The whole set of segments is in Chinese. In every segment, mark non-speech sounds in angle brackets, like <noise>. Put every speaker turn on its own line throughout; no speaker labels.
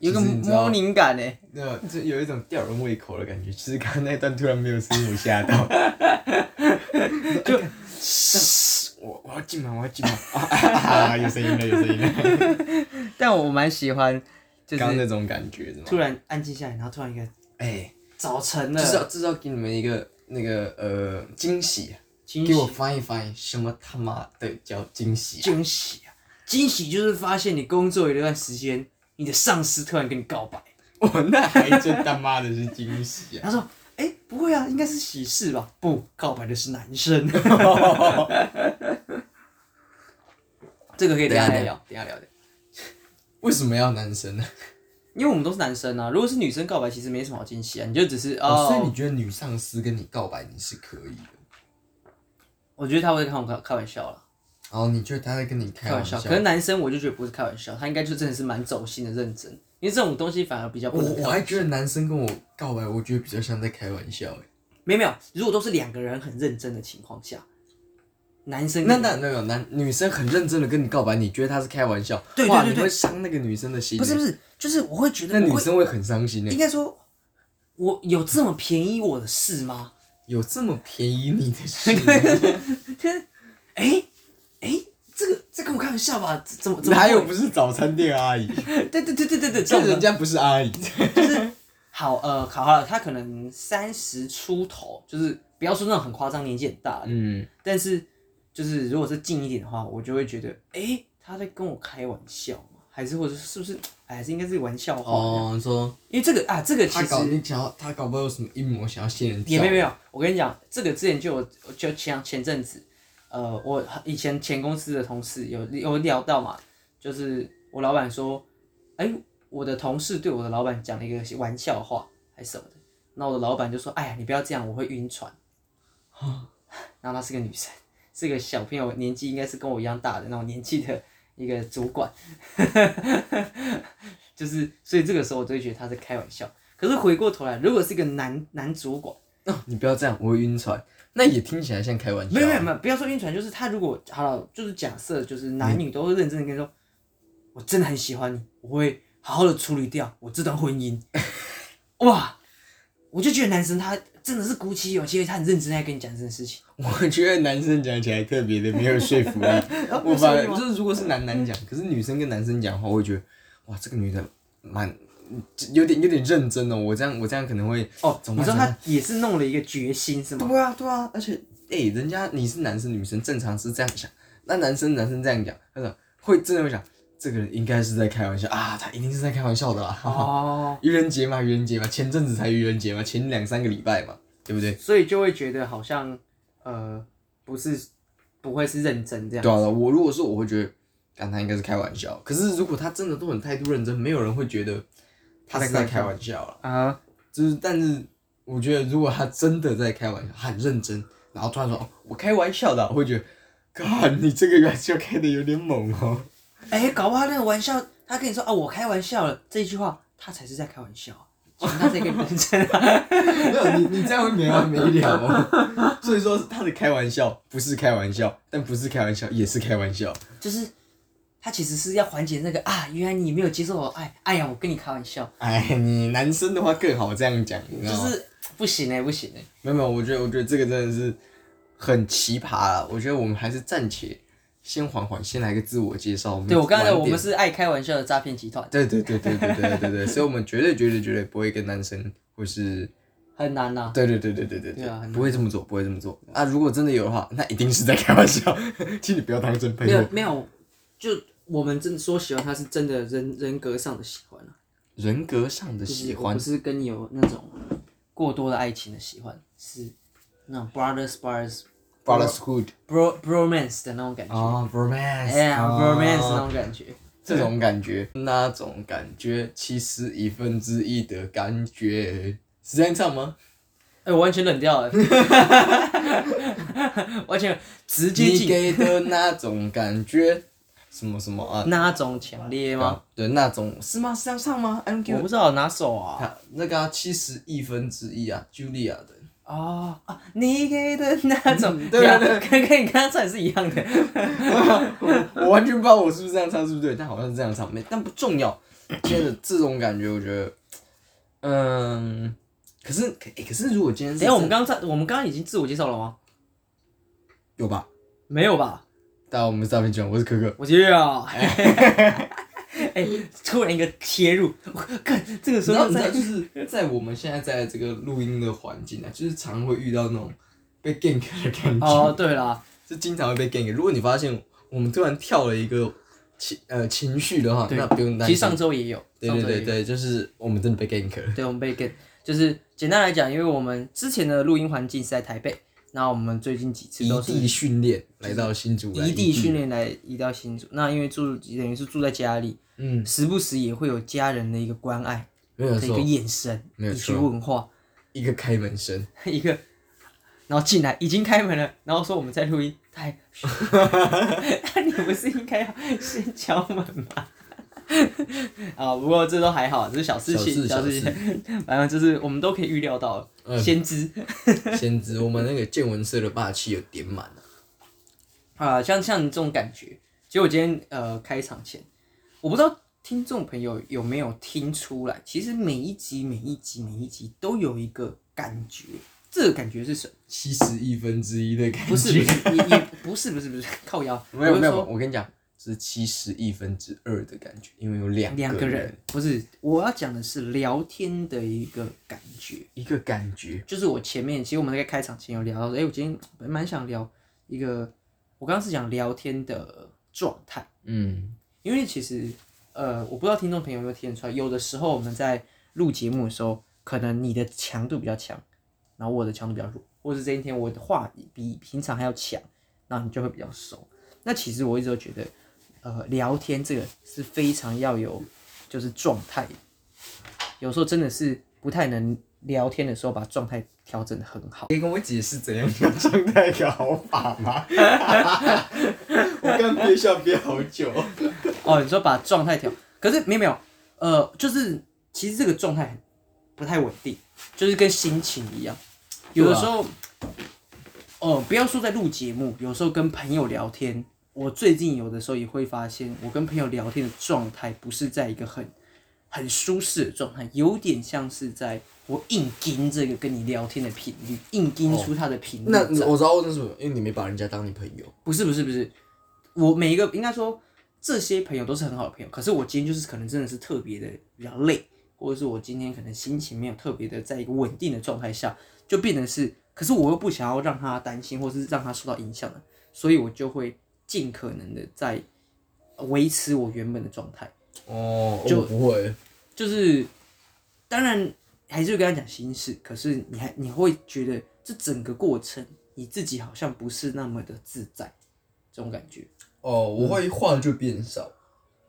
有个
其实你知道
摸灵感
欸
呢。
那这有一种吊人胃口的感觉。其实刚刚那段突然没有声音，我吓到。 <laughs> 就，我我要进门，我要进门。啊啊 <laughs> 啊！有声音了，有声 <laughs> 音了。
但我蛮喜欢，就
刚刚
是
那种感觉是吗？
突然安静下来，然后突然一个
哎，
早晨
至少
了，
至少给你们一个那个呃惊喜，
惊
给我
喜
翻译翻译，什么他妈的叫惊喜？
惊喜啊！惊喜就是发现你工作有一段时间，你的上司突然跟你告白，
我那还真他妈的是惊喜啊！
他说：“哎、不会啊，应该是喜事吧？”不，告白的是男生。 <laughs> 这个可以等一下再聊，等一下聊的。
<laughs> 为什么要男生呢？
因为我们都是男生啊，如果是女生告白，其实没什么好惊喜啊，你就只是哦。
所以你觉得女上司跟你告白你是可以的，
我觉得他会开我开开玩笑了，
然后你觉得他在跟你开
开玩
玩
笑。可是男生我就觉得不是开玩笑，他应该就真的是蛮走心的认真，因为这种东西反而比较不
我
能
我还觉得男生跟我告白，我觉得比较像在开玩笑哎。
没有没有，如果都是两个人很认真的情况下，男生
那那那个男女生很认真的跟你告白，你觉得他是开玩笑，
对对
哇
对
你
对
会伤那个女生的心。
不是不，是，就是我会觉得
那女
我会
生会很伤心欸
应
的。
该说，我有这么便宜我的事吗？
有这么便宜你的事？ <laughs>
哎、哎、这个这跟我开玩笑吧？这怎么怎么
哪有
会
不是早餐店阿姨？
对对对对对
<laughs>
对，这
这
种的
人家不是阿姨。
好呃，考好了，他可能三十出头，就是不要说那种很夸张，年纪很大了，
嗯，
但是就是如果是近一点的话，我就会觉得，哎、他在跟我开玩笑吗？还是或者是不是？哎，还是应该是玩笑话，
哦，你说
因为这个啊，这个其
他搞
实
你想要他搞不好有什么阴谋想要仙人
也
跳
没有没有，我跟你讲，这个之前就有就前前阵子，呃，我以前前公司的同事有有聊到嘛，就是我老板说，哎、我的同事对我的老板讲了一个玩笑话还是什么的，那我的老板就说，哎呀，你不要这样，我会晕船。 <laughs> 然后她是个女生，是个小朋友，年纪应该是跟我一样大的那种年纪的一个主管， <laughs> 就是所以这个时候我就会觉得他在开玩笑。可是回过头来，如果是一个男男主管，
哦你不要这样，我会晕船。那也听起来像开玩笑。
没有没有没有，不要说晕船，就是他如果好了，就是假设就是男女都会认真的跟你说，我真的很喜欢你，我会好好的处理掉我这段婚姻。哇，我就觉得男生他真的是鼓起勇气，他很认真在跟你讲这件事情。
我觉得男生讲起来特别的没有说服力
啊。
<laughs> 我反
为
而
什么
就是如果是男男讲，可是女生跟男生讲的话，我会觉得哇，这个女的蛮有点有点认真哦。我这样我这样可能会
哦，
怎
你
么
知道
办
他也是弄了一个决心是
怎 <laughs>
吗？
么办对啊对啊，而且哎、人家你是男生女生正常是这样想，那男生男生这样讲，他说会真的会想这个人应该是在开玩笑啊，他一定是在开玩笑的啦。哈哈。
哦，
愚人节嘛，愚人节嘛，前阵子才愚人节嘛，前两三个礼拜嘛，对不对？
所以就会觉得好像呃不是不会是认真这样。
对啊，我如果说我会觉得，干他应该是开玩笑。可是如果他真的都很态度认真，没有人会觉得他是在开玩笑了。
啊，
就是，但是我觉得如果他真的在开玩笑，很认真，然后突然说、哦我开玩笑的啊，我会觉得，God，你这个玩笑开的有点猛哦。
哎、搞不好那个玩笑，他跟你说啊，我开玩笑了这一句话，他才是在开玩
<laughs>
笑啊，其实他在跟你认真啊。
没有，你你这样会没完没了哦。所以说他的开玩笑不是开玩笑，但不是开玩笑也是开玩笑。
就是他其实是要缓解那个啊，原来你没有接受我的爱，哎呀，我跟你开玩笑，
哎，你男生的话更好这样讲，你知
就
道吗？
是不行哎、不行哎、
没有没有，我觉得我觉得这个真的是很奇葩了。我觉得我们还是暂且先缓缓，先来个自我介绍。我们
对我刚
嗯
才
晚
我
点
们是爱开玩笑的诈骗集团，
对对对对对对对对对，所以我们绝对绝对绝对不会跟男生或是
很难呐、啊。
对对对对对对
对啊很
不会这么做，不会这么做啊！如果真的有的话，那一定是在开玩笑，请你不要当真朋
没
友
有。没有，就我们真的说喜欢他是真的人人格上的喜欢啊。
人格上的
就是
喜
我
欢
不，是跟你有那种过多的爱情的喜欢，是那种 brothers brothers
brotherhood
bro bromance 的那种感觉，
啊，romance，
哎呀、
啊
bromance 那种感觉，
这种感觉，那种感觉，七十一分之一的感觉，是这样唱吗？
哎、我完全冷 <laughs> 掉了，完全直接
你
进
给的那种感觉，什么什么啊？
<laughs> 那种强烈吗？？
对，那种是吗？是这样唱吗？I don't
啊我
care
不。知道哪首啊
他那个七十亿分之一啊，Julia 的， <laughs>
啊啊！你给的那种，
对
啊，
对
跟跟你刚刚唱的是一样 <laughs> 的。哎
我完全不知道我是不是这样唱，是不是对，但好像是这样唱，没，但不重要。现在的这种感觉，我觉得，嗯，可是可、诶可是如果今天
等
是
一下我们刚刚在我们刚刚已经自我介绍了吗？
有吧？
没有吧？
大家好，我们是诈骗集团，我是可
<laughs>
可。
我觉得啊，哎、 <laughs> 突然一个切入，我看这个时
然后
候
你知道，
在
就是在我们现在在这个录音的环境啊，就是常会遇到那种被 gank 的感觉，
哦，对啦，
就经常会被 gank。如果你发现我们突然跳了一个情呃情绪的话，
对
那不用担
其
心。
实上周也有，
对
上
对
周也有
对对，就是我们真的被 gank 了。
对，我们被 get，就是简单来讲，因为我们之前的录音环境是在台北，那我们最近几次
异
都是
地训练来到新竹，来
异地训，练来移到新竹，那因为住等于是住在家里，
嗯，
时不时也会有家人的一个关爱
没有
的一
错
个，眼神，
没有
一句
错
问话，
一个开门声，
一个，然后进来已经开门了，然后说我们在录音，他还，那你不是应该要先敲门吗？ <laughs> 啊，不过这都还好，这是小事
小
情，
事
小
小
事情，反正就是我们都可以预料到，
嗯
先知。
先知我们那个见闻社的霸气有点满了。
啊，像像你这种感觉，其实我今天呃开场前，我不知道听众朋友有没有听出来，其实每一集每一集每一集都有一个感觉，这个感觉是什么？
七十亿分之一的感觉，
不是不是，也也不是不是不是靠腰，
没有
我是
没有，
说
我跟你讲，是七十亿分之二的感觉，因为有两
两
个
个人，不是我要讲的是聊天的一个感觉，
一个感觉，
就是我前面其实我们在开场前有聊到说，哎、我今天本来蛮想聊一个，我刚刚是讲聊天的状态。
嗯，
因为其实呃，我不知道听众朋友有没有听得出来，有的时候我们在录节目的时候，可能你的强度比较强，然后我的强度比较弱，或者是这一天我的话比平常还要强，那你就会比较熟。那其实我一直都觉得，呃，聊天这个是非常要有就是状态的，有时候真的是不太能聊天的时候把状态调整的很好。
可以跟我解释怎样的状态的好法吗？ <laughs> 我刚憋笑憋好久，
哦，你说把状态调，可是没有没有，呃，就是其实这个状态很不太稳定，就是跟心情一样，有的时候，哦、不要说在录节目，有时候跟朋友聊天，我最近有的时候也会发现，我跟朋友聊天的状态不是在一个很很舒适的状态，有点像是在我硬盯这个跟你聊天的频率，硬盯出它的频率在、
那我知道为什么，因为你没把人家当你朋友，
不是不是不是，我每一个应该说这些朋友都是很好的朋友，可是我今天就是可能真的是特别的比较累，或者是我今天可能心情没有特别的在一个稳定的状态下，就变成是，可是我又不想要让他担心，或是让他受到影响了，所以我就会尽可能的在维持我原本的状态，
哦，
就
我不会，
就是当然还是会跟他讲心事，可是你还你会觉得这整个过程你自己好像不是那么的自在，这种感觉，
哦，我会话就变少，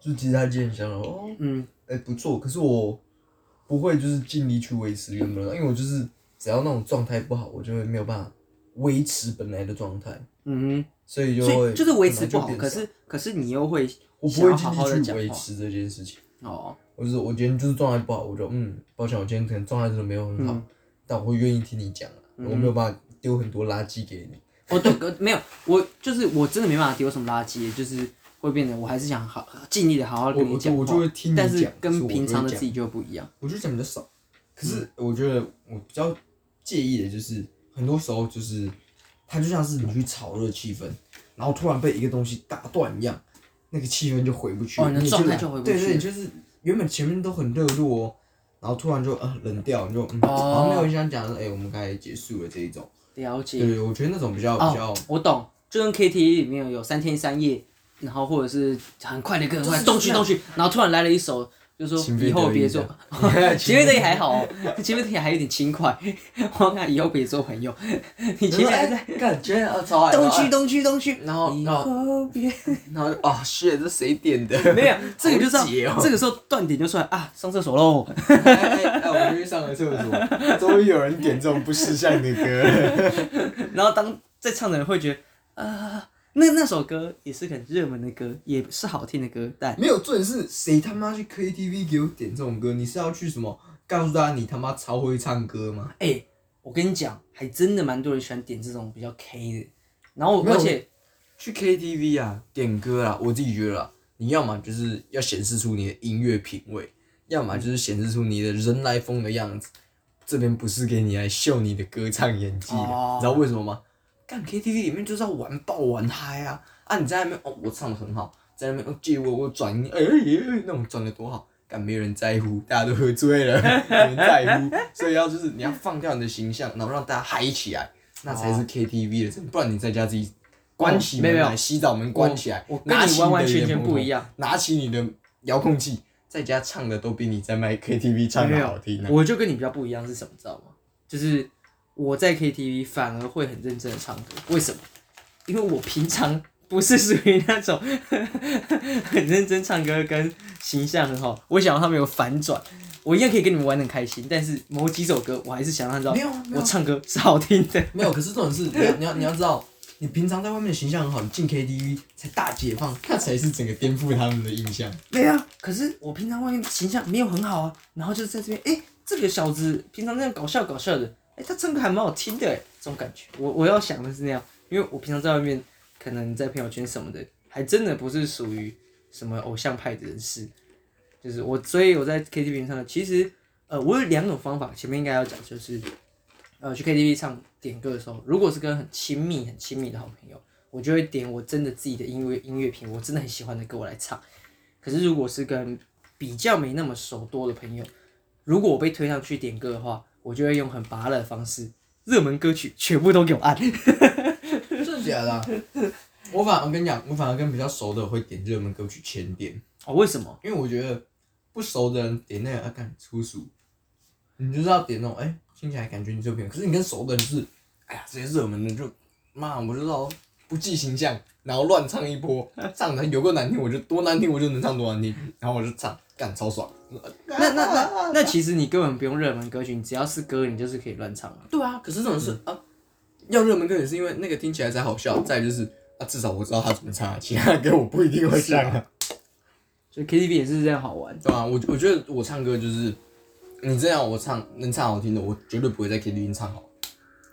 就其他见香了，哦，
嗯。
哎、不错，可是我不会就是尽力去维持原本的，因为我就是只要那种状态不好，我就会没有办法维持本来的状态，
嗯
所以
哼，
就
所
会
以就是维持
本来就
不好，
变
可
少
是可是你又会
我不
想
会
要
尽
好好的
力去
讲
维
话
持这件事情。
哦，
我就是我今天就是状态不好，我就嗯，抱歉，我今天可能状态真的没有很好，
嗯
但我会愿意听你讲啊，我没有办法丢很多垃圾给你。
我对呃没有，我就是我真的没办法丢什么垃圾，就是会变得我还是想好尽力的好好地
我
跟你
我
讲话，
我就会听你
但是
讲可是
跟
我
平常的
不会
自己就不一样。
我就讲比较少，可是我觉得我比较介意的就是，很多时候就是，它就像是你去炒热气氛，然后突然被一个东西打断一样，那个气氛就回不去，
哦你的
就
状态
来
就回不
对
去
对，就是原本前面都很热络哦，然后突然就呃冷掉，你就嗯，
哦
好像没有人想讲的，哎、我们该结束了这一种。
了解
对对，我觉得那种比较比较
哦，我懂，就跟 KTV 里面有三天三夜，然后或者是很快的歌，很快动去动去，然后突然来了一首。就说
情非
以后
得意
别
这
做
样，
<laughs> 前面这也还好哦，前面这也还有点轻快。 <laughs> 我看以后别做朋友， <laughs> 你前面
哎
还在
感觉啊，超爱
东区东区东区，
然后
以
然后
后别
然后哦，shit，这谁点的？
<laughs> 没有，这个就是
好解
要、
哦
这个时候断点就出来啊，上厕所喽。
哎哎哎，我去上个厕所，终于有人点这种不识相的
<laughs>
歌。
<laughs> 然后当在唱的人会觉得啊、那那首歌也是很热门的歌，也是好听的歌，但
没有，重点是谁他妈去 KTV 给我点这种歌？你是要去什么？告诉大家你他妈超会唱歌吗？
哎、我跟你讲，还真的蛮多人喜欢点这种比较 K 的。然后
没
而
有
且
去 KTV 啊，点歌啊，我自己觉得啦，你要么就是要显示出你的音乐品味，要么就是显示出你的人来疯的样子。这边不是给你来秀你的歌唱演技的，
哦
你知道为什么吗？干 KTV 里面就是要玩爆玩嗨啊！啊，你在那边哦，我唱的很好，在那边哦借我我转音，哎、哎哎那种转的多好，但没有人在乎，大家都喝醉了，没人在乎，所以要就是你要放掉你的形象，然后让大家嗨起来，那才是 KTV 的真，不然你在家自己关起门
哦没有哦
来，洗澡门关起来，
我我跟
拿起
你完完全
你的
全
莲
不
蓬
一样，
头，拿起你的遥控器，在家唱的都比你在麦 KTV 唱的好听啊！
我就跟你比较不一样是什么，知道吗？就是我在 KTV 反而会很认真的唱歌，为什么？因为我平常不是属于那种 <laughs> 很认真唱歌跟形象很好，我想要他们有反转，我一样可以跟你们玩得很开心，但是某几首歌我还是想让他
没
知
有
道
啊没有
我
啊
唱歌是好听的。
没有，可是这种事，
<laughs>
你要你要你要知道，你平常在外面的形象很好，你进 KTV 才大解放，那才是整个颠覆他们的印
<laughs>
象。
对啊，可是我平常外面形象没有很好啊，然后就是在这边，哎、这个小子平常那样搞笑搞笑的，哎、他唱歌还蛮好听的，哎，这种感觉。我我要想的是那样，因为我平常在外面，可能在朋友圈什么的，还真的不是属于什么偶像派的人士，就是我，所以我在 KTV 唱的，其实，呃，我有两种方法，前面应该要讲，就是，呃，去 KTV 唱点歌的时候，如果是跟很亲密、很亲密的好朋友，我就会点我真的自己的音乐音乐品，我真的很喜欢的歌我来唱。可是如果是跟比较没那么熟多的朋友，如果我被推上去点歌的话，我就会用很拔辣的方式，热门歌曲全部都给我按。
真的假的啊、我反我跟你讲，我反而跟比较熟的会点热门歌曲前点，
哦，为什么？
因为我觉得不熟的人点那个啊，干粗俗，你就是要点那种哎、听起来感觉你这边，可是你跟熟的人就是，哎呀，这些热门的就，妈，我就知道不计形象，然后乱唱一波，唱的有够难听，我就多难听我就能唱多难听，然后我就唱，干超爽。
那那那那其实你根本不用热门歌曲，你只要是歌，你就是可以乱唱啊。
对啊，可是这种事、啊，要热门歌也是因为那个听起来才好笑，再来就是啊，至少我知道他怎么唱，其他歌我不一定会唱啊。
所以 KTV 也是这样好 <laughs> 玩。
对啊，我我觉得我唱歌就是，你这样我唱能唱好听的，我绝对不会在 KTV 唱好，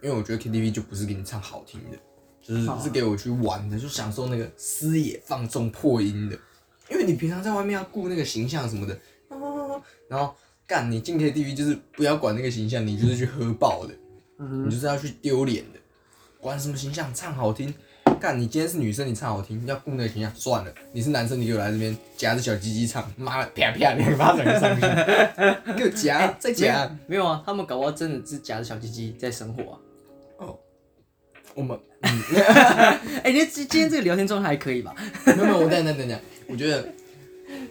因为我觉得 KTV 就不是给你唱好听的，就是
好啊
是给我去玩的，就享受那个私野放纵破音的，因为你平常在外面要顾那个形象什么的，啊然后干你进 KTV 就是不要管那个形象，你就是去喝爆的，你就是要去丢脸的，管什么形象唱好听。干，你今天是女生，你唱好听，要顾那个形象，算了。你是男生，你给我来这边夹着小鸡鸡唱，妈的，啪啪两个巴掌就上去，
<laughs>
给我夹，再夹。
没有啊，他们搞不好真的是假的小鸡鸡在生活啊。
我们
<laughs> 哎、你今今天这个聊天状态还可以吧？
没有没有，我等一下等一下等一下，我觉得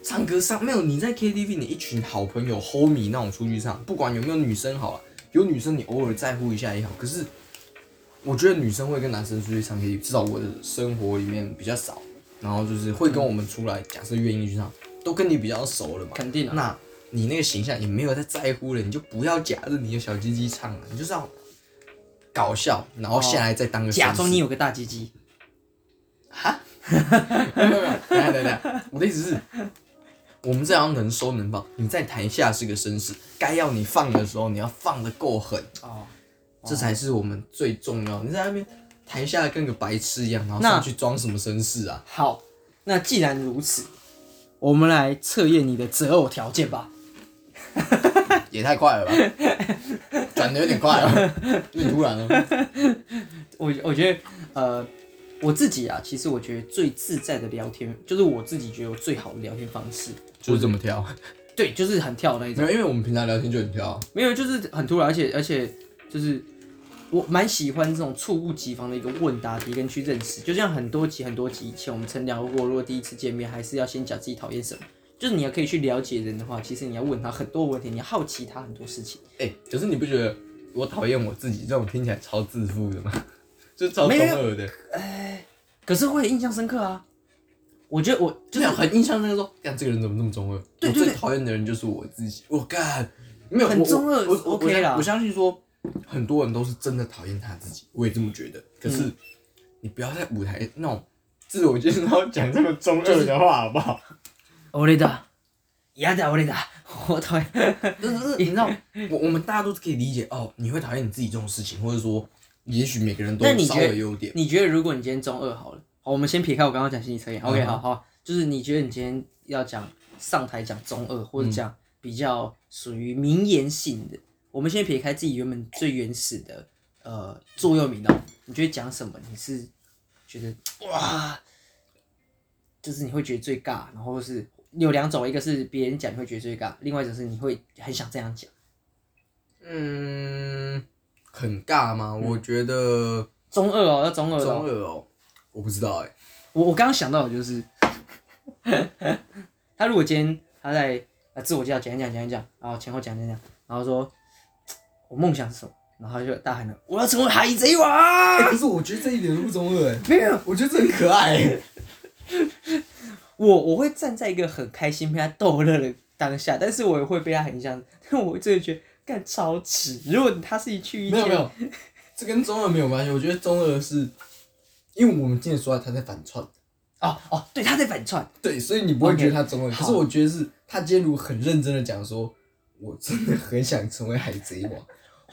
唱歌上没有你在 KTV，你一群好朋友 homie 那种出去唱，不管有没有女生好了，啊有女生你偶尔在乎一下也好。可是我觉得女生会跟男生出去唱 KTV，至少我的生活里面比较少，然后就是会跟我们出来，假设愿意去唱，都跟你比较熟了嘛，
肯定啊
那你那个形象也没有在在乎了，你就不要夹着你的小鸡鸡唱了，你就是要搞笑，然后下来再当个绅士
假装你有个大鸡鸡。
<laughs> 没有没有，等一下等一下，我的意思是，我们这样能收能放。你在台下是个绅士，该要你放的时候，你要放的够狠，
哦，
这才是我们最重要的。你在那边台下跟个白痴一样，然后
那
上去装什么绅士 <laughs> 啊？
好，那既然如此，我们来测验你的择偶条件吧。
也太快了吧，转的有点快了， <laughs> 有点突然啊了。
我我觉得，呃，我自己啊，其实我觉得最自在的聊天，就是我自己觉得我最好的聊天方式，
就是这么挑，
对，就是很跳的那一
没
种，
有，因为我们平常聊天就很挑啊。
没有，就是很突然，而且而且就是我蛮喜欢这种猝不及防的一个问答题跟去认识，就像很多集很多集以前我们曾聊过，如果第一次见面还是要先讲自己讨厌什么，就是你要可以去了解人的话，其实你要问他很多问题，你要好奇他很多事情。
哎、可是你不觉得我讨厌我自己这种听起来超自负的吗？ <laughs> 就超中
没有
二的，
可是会印象深刻啊！我觉得我
就
就是是
很印象深刻说，干这个人怎么那么中二？
对
我
对
最
对
讨厌的人就是我自己。我干，没有
很
我
中二
我我
OK
我相
啦
我相信说，很多人都是真的讨厌他自己，我也这么觉得。可是、
嗯
你不要在舞台那种自我介绍讲这么中二的话，好不好？
我雷达，亚达我雷达，我讨厌。
就是就是你知道，我我们大家都可以理解哦，你会讨厌你自己这种事情，或者说，也许每个人都
那
有
你
稍
觉
微
得
优点。
你觉得如果你今天中二好了，好，我们先撇开我刚刚讲心理测验，OK，好好，就是你觉得你今天要讲上台讲中二，或者讲比较属于名言性的，我们先撇开自己原本最原始的呃座右铭哦，你觉得讲什么？你是觉得哇，就是你会觉得最尬，然后是有两种，一个是别人讲你会觉得最尬，另外一种是你会很想这样讲。
嗯，很尬吗？
嗯
我觉得
中二哦，要中二
中
哦。
二哦，我不知道哎、
我我刚刚想到的就是，他如果今天他在呃自我介绍讲一讲讲一讲，然后前后讲讲讲，然后说我梦想是什么，然后他就大喊了我要成为海贼
欸
王。
可是我觉得这一点都不中二哎、
没有，
我觉得这很可爱、 <laughs> 欸。
我我会站在一个很开心被他逗乐的当下，但是我也会被他很像， <laughs> 但我真的觉得干超值。如果他是一去一
没有
见
没有，这跟中二没有关系。我觉得中二是，因为我们今天说他在反串，
哦哦，对，他在反串，
对，所以你不会
OK，
觉得他中二。
好
可是我觉得是他今天如果很认真的讲说，我真的很想成为海贼王，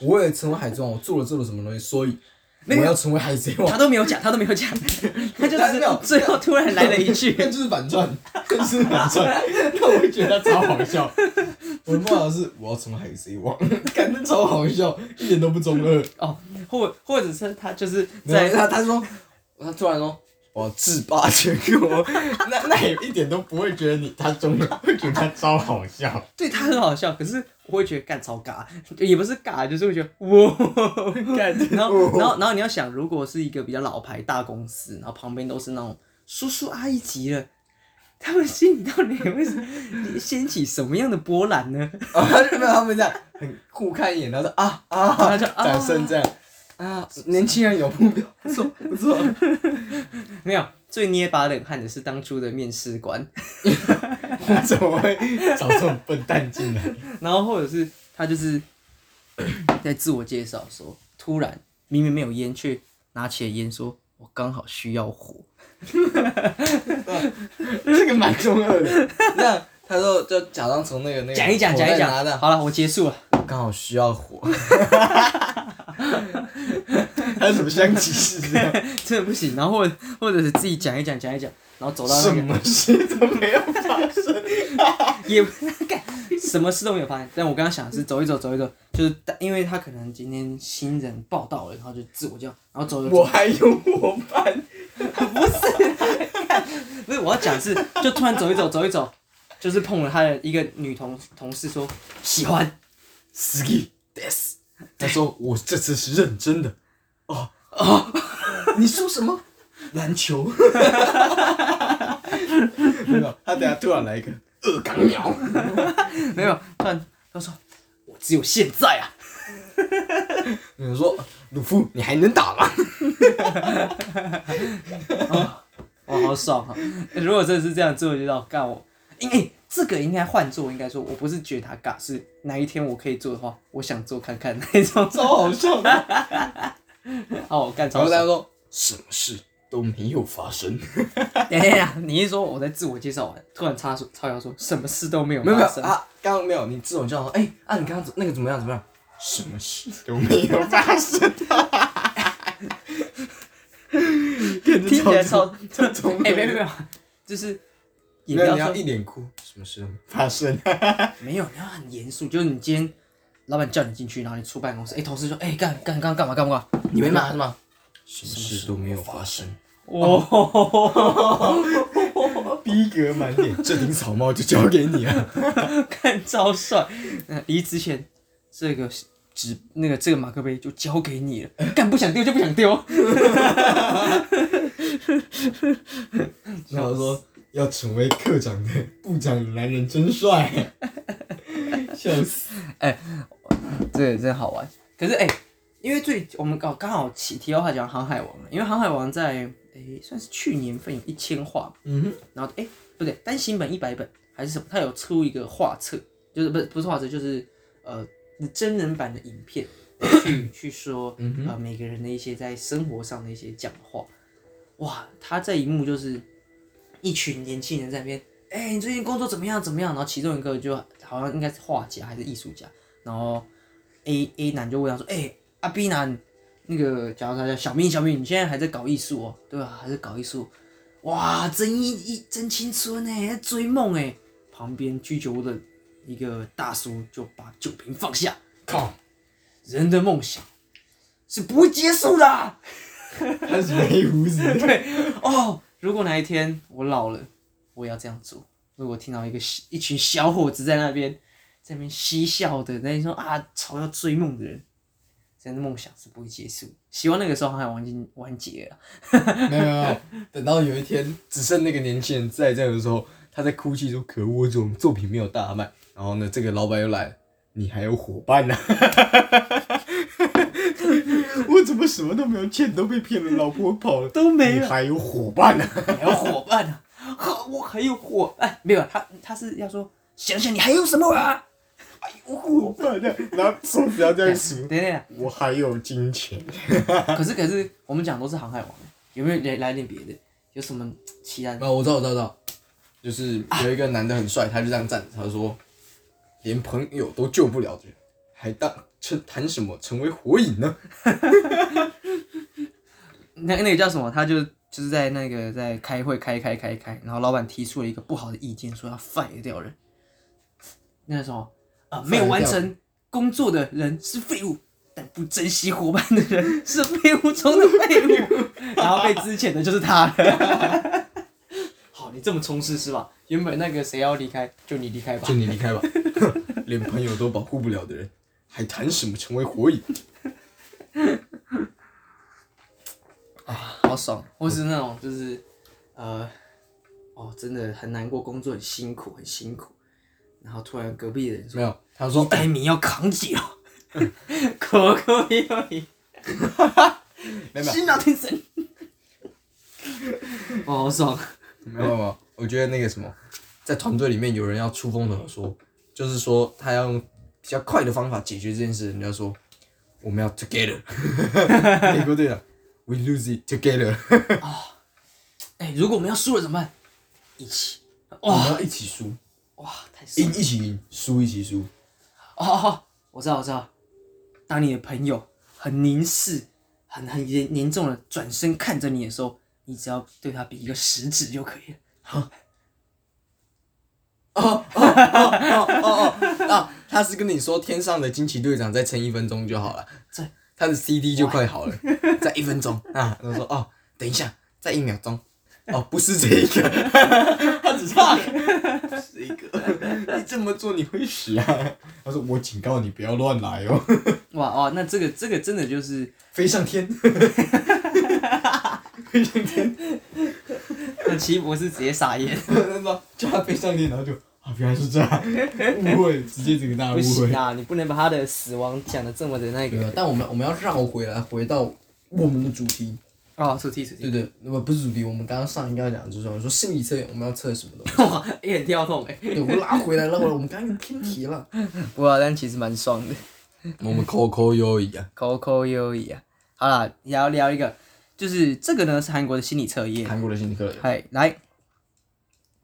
我为了成为海贼王，我做了做了什么东西，所以我
没有
要成为海贼王
他。都没有讲，他都没有讲，他就
他没有
是最后突然来了一句，
<laughs> 那就是反串，那就是反串，
<laughs>
那我会觉得他超好笑。我的梦想是我要成为海贼王， <laughs> 感觉超好笑，一点都不中二。
哦，或或者是他就是
对，
在
他他说，他突然说，我自霸全国， <laughs> 那那也一点都不会觉得你他中二，会觉得他超好 <laughs> 笑。
对他很好笑，可是我会觉得干超尬，也不是尬，就是会觉得哇干，然后然后然后你要想，如果是一个比较老牌大公司，然后旁边都是那种叔叔阿姨级的，他们心里到底会是掀起什么样的波澜呢？ <laughs>
然后就没有哦他们这样 <laughs> 很互看一眼，然后说啊啊，
然后就啊
掌声这样啊，年轻人有目标，不错不 <laughs> 错。
没有，最捏把冷汗的是当初的面试官，
我怎么会找这种笨蛋进来？ <laughs>
然后或者是他就是 <coughs> 在自我介绍说，突然明明没有烟，却拿起了烟说：“我刚好需要火。”
这个蛮中二的。 <laughs> 那他说就假装从那个那个
讲一讲，
口袋
讲一
拿
讲。
的，
好了，我结束了。
刚好需要火。 <laughs> 还有什么香骑士这样？
真的不行。 <laughs> 然后或者或者是自己讲一讲，讲一讲，然后走到
什
那
么事都没有发生。
个也干 <laughs> 什么事都没有发生。但我刚刚想的是走一走，走一走，就是因为他可能今天新人报道了，然后就自我介绍，然后走一走
我，还有伙伴，
不是我要讲的是，就突然走一走，走一走，就是碰了他的一个女同同事说喜欢，
s k i this。他说我这次是认真的。哦哦，你说什么？篮球？没有，他等下突然来一个二杠鸟。
没有，突然他说我只有现在啊，
你说鲁夫，你还能打吗？
哇，好爽啊！ <laughs> 如果真的是这样，自我介绍，干我，因、为这个应该换做，应该说我不是觉得他尬，是哪一天我可以做的话，我想做看看
<laughs>
那种。
超好笑的。
哦，干
然
超
后大家
爽。
说什么事都没有发生，
等一下，你一说我在自我介绍完，突然插手插腰说什么事都没有
没有没
发
有
生，
啊，刚刚没有，你自我介绍说，哎、啊，你刚刚怎那个怎么样怎么样？什么事都没有发
<laughs>
生，
听起来超
超中
哎、没有没有，就是也
<laughs> 没有，
不要
你要
说
一脸哭，什么事都没发生，啊
没有，你要很严肃，就是你今天老板叫你进去，然后你出办公室，哎、同事说，哎、干干干干嘛干嘛干嘛，
你没骂是吗？什么事都没有发生，
哦哇，
逼格满点，这顶草帽就交给你啊 <laughs> 了。
<laughs> 看超帅，嗯，离职前这个纸那个这个马克杯就交给你了，干不想丢就不想丢，
然后说要成为科长的部长的男人真帅， <laughs> 笑死。
这个真好玩。可是哎、因为最我们刚刚好提提到他讲航海王了，因为航海王在哎、算是去年份有一千话嘛，
嗯哼，
然后哎、不对，单行本一百本还是什么，他有出一个画册，就是不是不是画册，就是呃真人版的影片，
<coughs>
去去说
嗯
呃每个人的一些在生活上的一些讲话。哇，他这一幕就是一群年轻人在那边，哎、你最近工作怎么样？怎么样？然后其中一个就好像应该是画家还是艺术家，然后 A A 男就问他说，哎、阿 B 男，那个假如他叫小明，小明，你现在还在搞艺术哦，对吧、还在搞艺术。哇，真一一真青春哎，在追梦哎。旁边居酒屋的一个大叔就把酒瓶放下，
靠，
人的梦想是不会结束的啊。
他是没胡子。
哦，如果哪一天我老了，我也要这样做。如果听到一个小一群小伙子在那边，在那边嬉笑的，在那边说啊，嘲笑追梦的人，这样的梦想是不会结束。希望那个时候航海王已经完结了。
没有没有没有，等到有一天只剩那个年轻人在这样的时候，他在哭泣说：“可恶，我怎么作品没有大卖？”然后呢，这个老板又来了，你还有伙伴啊 <laughs> 呢、我怎么什么都没有欠，都被骗了，老婆跑了，
都没了
你还有伙伴啊呢、
还有伙伴啊，呵我还有伙伴，没有他他是要说想想你还有什么啊？还有
伙
伙
伴呢、然后手指要这样
伴，
数，
等一下，
我还有金钱。
可是可是我们讲都是航海王，有没有来来点别的？有什么其他的？
啊，我知道，我知道，我知道，就是有一个男的很帅，他就这样站着，他说，连朋友都救不了的人，还当成谈什么成为火影呢？
那那个叫什么？他就就是在那个在开会开开开开，然后老板提出了一个不好的意见，说要 fire 掉人。那个什么啊，没有完成工作的人是废物，但不珍惜伙伴的人是废物中的废物。然后被之前的就是他了。 <laughs> 好，你这么充实是吧？原本那个谁要离开，就你离开吧
就。你离开吧， <laughs> 连朋友都保护不了的人，还谈什么成为火
<laughs>
影？
好爽！或是那种就是，呃，哦，真的很难过，工作很辛苦，很辛苦。然后突然隔壁的人说
没有，他说：“
代名要扛哦酒，嗯可可以可以，
<laughs> 没有没有
新老天神， <laughs> 哦，好爽！
没有没有没有，我觉得那个什么，在团队里面有人要出风头说，就是说他要用比较快的方法解决这件事，人家说我们要
<laughs>
together，美国队长，we lose it together，
哎、如果我们要输了怎么办？一起，
我们
哇
要一起输，
哇，太爽
赢
了！
一起赢，输一起输，
哦哦哦，我知道我知道，当你的朋友很凝视、很很严严重的转身看着你的时候，你只要对他比一个食指就可以了。
哦啊，他是跟你说天上的惊奇队长再撑一分钟就好了，
这
他的 CD 就快好了，再一分钟啊，他说哦，等一下，再一秒 <laughs> 钟，哦，不是这一个，他只是一个，不是一个，你这么做你会死啊！他说我警告你不要乱来哦，
<laughs> 哇哇，那这个这个真的就是
飞上天，飞上天，
那奇异博士直接
<laughs>
傻眼。
他说叫他飞上天，然后就啊原来是这样，误会，直接整个大
不
误会
行。啊，你不能把他的死亡讲的这么的那
对啊
个。
但我们我们要绕回来，回到我们的主题。
哦，出题出题
对。对，那么不是主题，我们刚刚上一个要讲的就是说心理测验，我们要测什么东西？
哇，也很跳痛哎、
对，我拉回来了，我们刚刚又偏题了。
哇，啊但其实蛮爽的，
我们扣扣优一啊，
口口优异啊。好啦，
聊聊一个，就是这个呢是韩国的心理测验。
韩国的心理课，
嗨，来，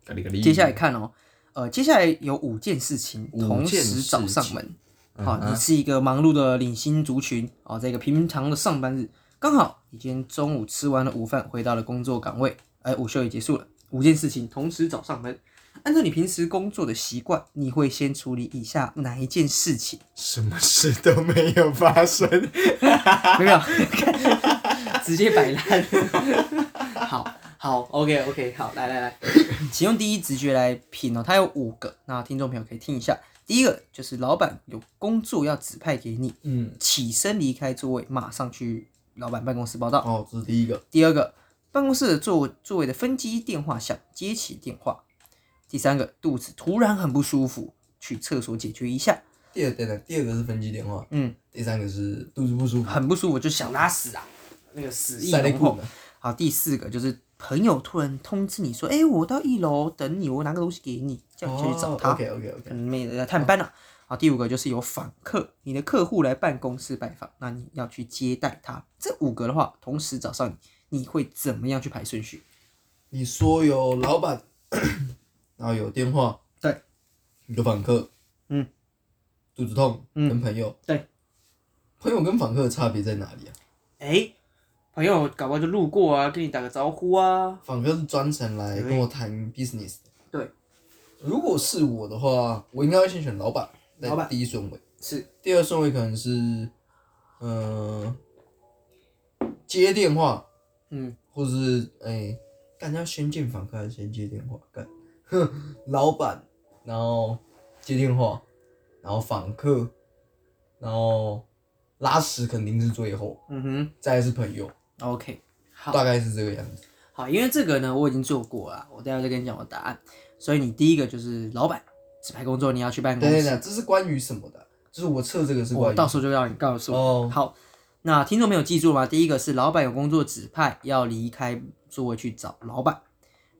咖喱咖喱
接下来看哦，呃，接下来有五件事情
五
同
件
时
事
找上
情
门。
嗯
好、
啊
你是一个忙碌的领薪族群啊、在一个平常的上班日，刚好你今天中午吃完了午饭，回到了工作岗位，哎，午休也结束了，五件事情同时找上门。按照你平时工作的习惯，你会先处理以下哪一件事情？
什么事都没有发生，
<laughs>
没有，直接摆烂。好好，OK OK，好，来来来，
请用第一直觉来品哦，它有五个，那听众朋友可以听一下。第一个就是老板有工作要指派给你，
嗯，
起身离开座位，马上去老板办公室报到。
哦，这是第一个，
第二个，办公室的座位座位的分机电话响，接起电话。第三个，肚子突然很不舒服，去厕所解决一下。
第二等等，第二个是分机电话，
嗯，
第三个是肚子不舒
<laughs>
服，
很不舒服就想
想
拉
拉屎啊，那个死意
塞内
浓
裤
厚
呢。
好，第四个就是朋友突然通知你说，哎、我到一楼等你，我拿个东西给你，叫你下去找
哦
他。
OK OK OK，
可能没来探班了、啊。好，第五个就是有访客，你的客户来办公室拜访，那你要去接待他。这五个的话，同时找上你，你会怎么样去排顺序？
你说有老板， <coughs> 然后有电话，
对，
有访客，
嗯，
肚子痛，
嗯
跟朋友，
对，
朋友跟访客的差别在哪里啊？
哎，朋友搞不好就路过啊，跟你打个招呼啊。
反哥是专程来跟我谈 business 的。
对，
如果是我的话，我应该会先选老板，
老板
在第一顺位。
是，
第二顺位可能是，呃，接电话，
嗯，
或是哎，干、要先见访客还是先接电话？干， <laughs> 哼，老板，然后接电话，然后访客，然后拉屎肯定是最后，
嗯哼
再来是朋友，
，OK，好
大概是这个样子。
好，因为这个呢我已经做过了，我待会再跟你讲我的答案。所以你第一个就是老板指派工作，你要去办公
等等
室，
等，这是关于什么的？就是我测这个是
我
关于
哦到时候就要你告诉我。
哦，
好，那听众没有记住吗？第一个是老板有工作指派，要离开座位去找老板；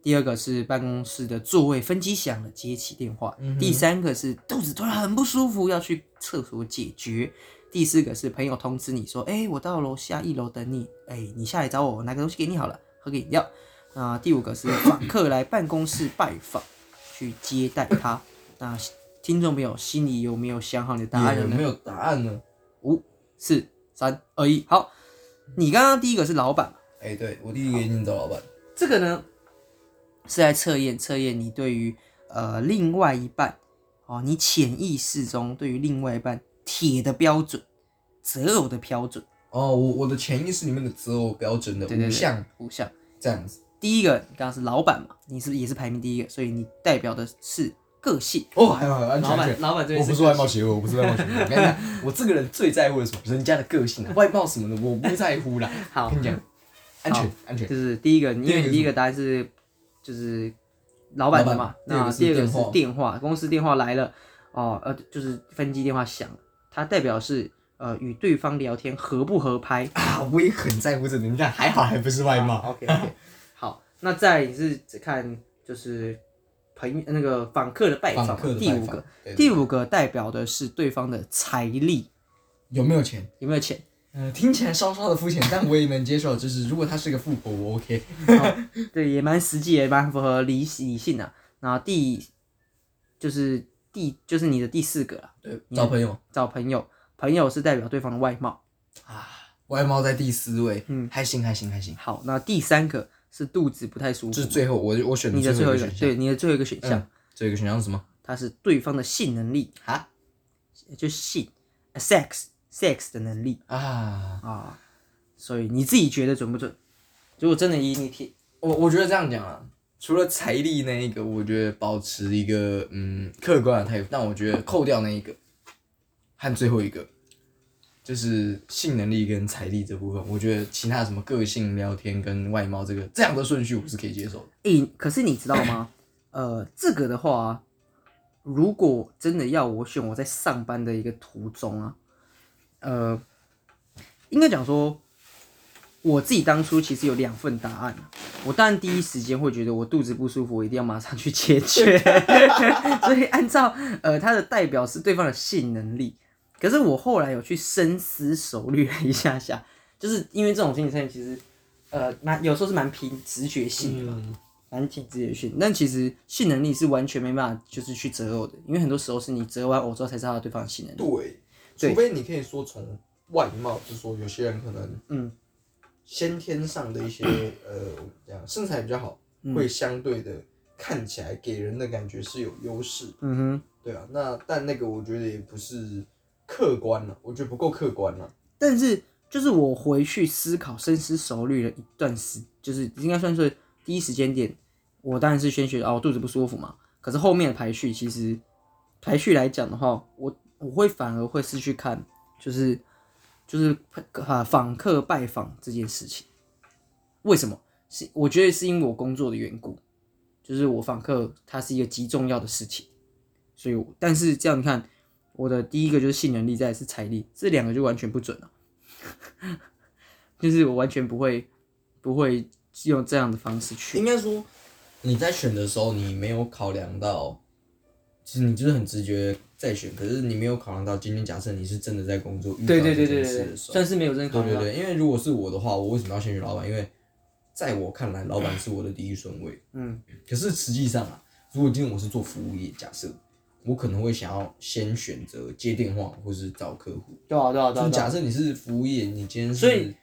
第二个是办公室的座位分机响了，接起电话；
嗯哼
第三个是肚子突然很不舒服，要去厕所解决；第四个是朋友通知你说：“哎、我到楼下一楼等你，哎、你下来找我，我拿个东西给你好了，喝个饮料。”那第五个是访客来办公室拜访，去接待他。那听众朋友心里有没有想好你的答案了
也
呢？
没有答案呢。
四、三、二、一，好。你刚刚第一个是老板嘛，
哎、对我第一个一定找老板。
这个呢是在测验测验你对于呃另外一半哦，你潜意识中对于另外一半铁的标准、择偶的标准
哦，我我的潜意识里面的择偶标准的
对对对
五项
五项。
这样子。
第一个，你刚刚是老板嘛，你是不是也是排名第一个，所以你代表的是个性。
哦，还好，安全
老
安
板，
全。
老板这
我
边
不
是
是
个
外
性
貌协会，我不是外貌
<laughs>
协会。我跟你讲，我这个人最在乎的是什么？人家的个
<laughs>
性啊，外貌什么的，我不在乎啦。
好
跟，你讲，安全
好
安全。
就是第一个，因
第二
为
个
你
是
第一个答案是就是老板的嘛，
老板
那
第
第
二
二
个
个
是
是电话，公司电话来了，哦，呃，就是分机电话响，它代表是呃与对方聊天合不合拍。
啊，我也很在乎这个，你看，还好还不是外貌。
OK OK，好， <laughs> 那再你是只看就是朋那个访客的拜
访
访
客，的
第
拜
五
访
个，
对对
第五个代表的是对方的财力
有没有钱？
有没有钱。
呃，听起来稍稍的肤浅，但我也能接受。就是如果他是个富婆，我 OK。
对，也蛮实际，也蛮符合理理性的、然后第就是第就是你的第四个啊啦，
呃
对，找朋友
找朋友，朋友是代表对方的外貌。
啊，外貌在第四位，
嗯
还行还行还行。
好，那第三个是肚子不太舒服，
就是最后我我选
你的最
后
后
一
一
个
个，
选项，
对，你的最后一个选项，
嗯最后一个选项是什么？
它是对方的性能力，
啊
就是性呃，sex sex 的能力
啊，
啊。所以你自己觉得准不准？如果真的以你提，
我我觉得这样讲啊，除了财力那一个，我觉得保持一个嗯客观的态度，但我觉得扣掉那一个和最后一个，就是性能力跟财力这部分，我觉得其他什么个性、聊天跟外貌这个这样的顺序，我是可以接受的。
诶、可是你知道吗？呃，这个的话，如果真的要我选，我在上班的一个途中啊，呃，应该讲说，我自己当初其实有两份答案啊。我当然第一时间会觉得我肚子不舒服，我一定要马上去解决。所以按照呃，它的代表是对方的性能力。可是我后来有去深思熟虑了一下下，就是因为这种心理测验其实，呃，蛮有时候是蛮凭直觉性的嘛。蛮体质也训，但其实性能力是完全没办法就是去择偶的，因为很多时候是你择完偶之后才知道对方的性能力。
对，
对
除非你可以说从外貌，就是说有些人可能
嗯
先天上的
<coughs>
一些呃我们讲身材比较好，
嗯
会相对的看起来给人的感觉是有优势。
嗯哼，
对啊，那但那个我觉得也不是客观了、我觉得不够客观了、啊
但是就是我回去思考、深思熟虑了一段时，就是应该算是第一时间点，我当然是先学哦，我肚子不舒服嘛。可是后面的排序其实排序来讲的话，我我会反而会是去看就是就是啊访客拜访这件事情，为什么？是我觉得是因为我工作的缘故，就是我访客它是一个极重要的事情，所以我但是这样你看，我的第一个就是性能力，再来是财力，这两个就完全不准了， <laughs> 就是我完全不会不会用这样的方式去
应该说你在选的时候，你没有考量到，其实你就是很直觉在选，可是你没有考量到今天假设你是真的在工作遇到
对对
这
对
件
对
事
对
的
对，
时候，
算是没有认可
对对对，因为如果是我的话，我为什么要先选老板？因为在我看来，老板是我的第一顺位。
嗯，
可是实际上啊，如果今天我是做服务业，假设我可能会想要先选择接电话或是找客户。
对啊对啊
就
对啊
是
对啊
假设你是服务业，你今天是
所以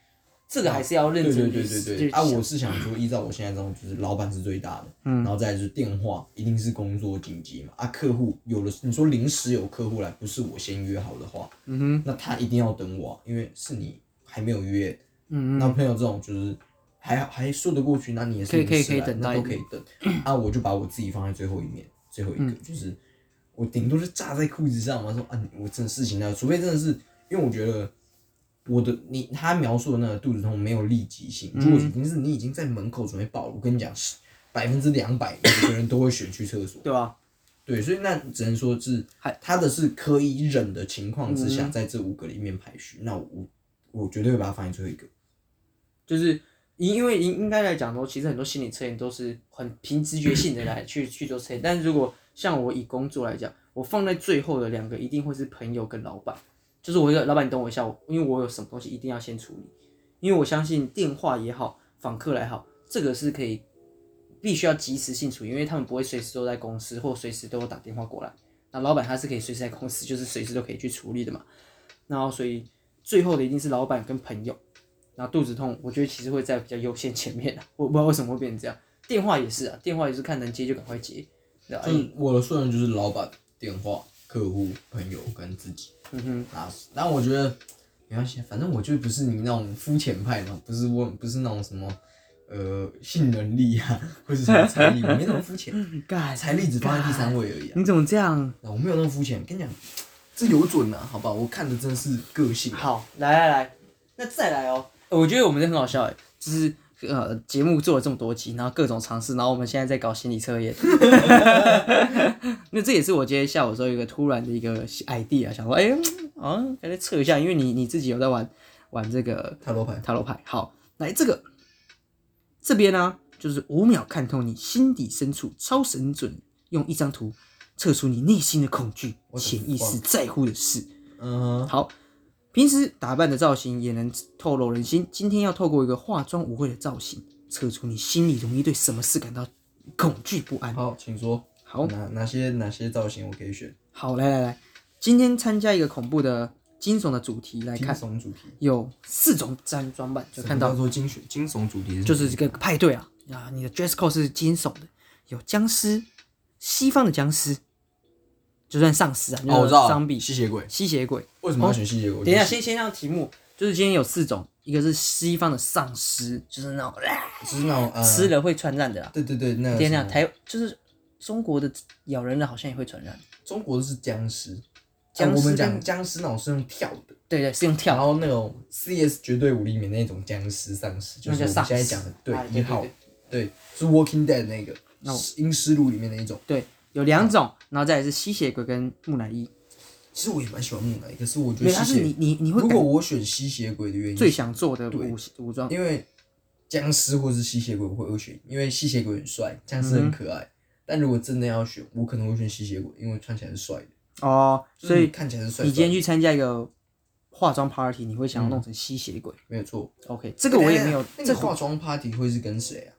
这个还是要认
对对
真
对
去
对对，
去
啊，
想
我是想说，依照我现在这种，就是老板是最大的，嗯，然后再来就是电话，一定是工作紧急嘛，啊，客户有了，你说临时有客户来，不是我先约好的话，嗯哼，那他一定要等我啊、因为是你还没有约，嗯那朋友这种就是还还说得过去，那你也是
可以可以
临时
可以
来
等
那
待
都可以等，啊，我就把我自己放在最后一面，最后一个、
嗯
就是我顶多是炸在裤子上嘛，说啊，我真的事情那，除非真的是因为我觉得。我的你他描述的那个肚子痛没有立即性，如
嗯
果已经是你已经在门口准备爆了，我跟你讲是百分之两百每个人都会选去厕所。
对啊吧？
对，所以那只能说是他的是可以忍的情况之
嗯
下，在这五个里面排序，那我我绝对会把它放在最后一个。
就是因因为应应该来讲说，其实很多心理测验都是很凭直觉性的来去去做测验，但是如果像我以工作来讲，我放在最后的两个一定会是朋友跟老板，就是我一个老板，你等我一下，我因为我有什么东西一定要先处理，因为我相信电话也好，访客来好，这个是可以必须要及时性处理，因为他们不会随时都在公司或随时都有打电话过来。那老板他是可以随时在公司，就是随时都可以去处理的嘛。然后所以最后的一定是老板跟朋友。然后肚子痛，我觉得其实会在比较优先前面啊，我不知道为什么会变成这样。电话也是啊，电话也是看能接就赶快接，对吧、
嗯，我的顺序就是老板、电话、客户、朋友跟自己。
嗯哼，
啊，但我觉得没关系，反正我就不是你那种肤浅派嘛，不是我不是那种什么呃性能力啊，或是什么财力，我没那么肤浅，
<laughs> 干
财力只放在第三位而已啊，
你怎么这样？
啊我没有那么肤浅，跟你讲，这有准啊，好不好？我看的真是个性啊，
好，来来来，那再来哦。嗯呃我觉得我们这很好笑哎，就是呃节目做了这么多集，然后各种尝试，然后我们现在在搞心理测 <laughs> 验。那这也是我今天下午的时候一个突然的一个 idea，想说哎、嗯好像该来测一下，因为你你自己有在玩玩这个
塔罗牌，
塔罗牌。好，来这个这边呢、就是五秒看透你心底深处，超神准，用一张图测出你内心的恐惧、
What the
潜意识在乎的事。
嗯哼，
好，平时打扮的造型也能透露人心，今天要透过一个化妆舞会的造型，测出你心里容易对什么事感到恐惧不安。
好，请说，
好
哪哪些哪些造型我可以选？
好，来来来，今天参加一个恐怖的惊悚的主题来
惊
看，
悚主题，
有四种装装扮，就看到
什么叫做惊悚惊悚主题，
就是这个派对啊啊，你的 dress code 是惊悚的，有僵尸，西方的僵尸，就算丧尸啊，
哦，我知道，
丧
吸
尸、
血鬼，
吸血鬼。
为什么要选吸血鬼？
哦等一下，先先让题目，就是今天有四种，一个是西方的丧尸，就是那种、
就是那种呃
吃，了会传染的啦。啊
对对对，那个
天哪，
什么
台就是中国的咬人的，好像也会传染。
中国是僵尸，僵
僵尸
我们
跟
讲僵尸那种是用跳的，
对对，是用
然
跳，
后那种 CS 绝对武力里面那种僵尸丧尸，就是
那
我
叫
们
丧
现
尸
在讲的对
哎对
一
对
号
对，哦
对，是 Walking Dead 那个
那我
阴尸路里面那一种。
对，有两种，然后再来是吸血鬼跟木乃伊。
其实我也蛮喜欢木乃伊，可是我觉
没
得
有，它
吸
是
血
你你你会
如
感
果我选吸血鬼的原因，
最想做的
对
武武装，
因为僵尸或是吸血鬼我会二选，因为吸血鬼很帅，僵尸
嗯
很可爱。但如果真的要选，我可能会选吸血鬼，因为穿起来是帅的，
哦，
就是
所以
你嗯看起来是帅帅的。
你今天去参加一个化妆 party，你会想要弄成吸血鬼、
没有错，哎
o k 这个我也没有，
嗯那
这
个
个
化妆 party 会是跟谁啊？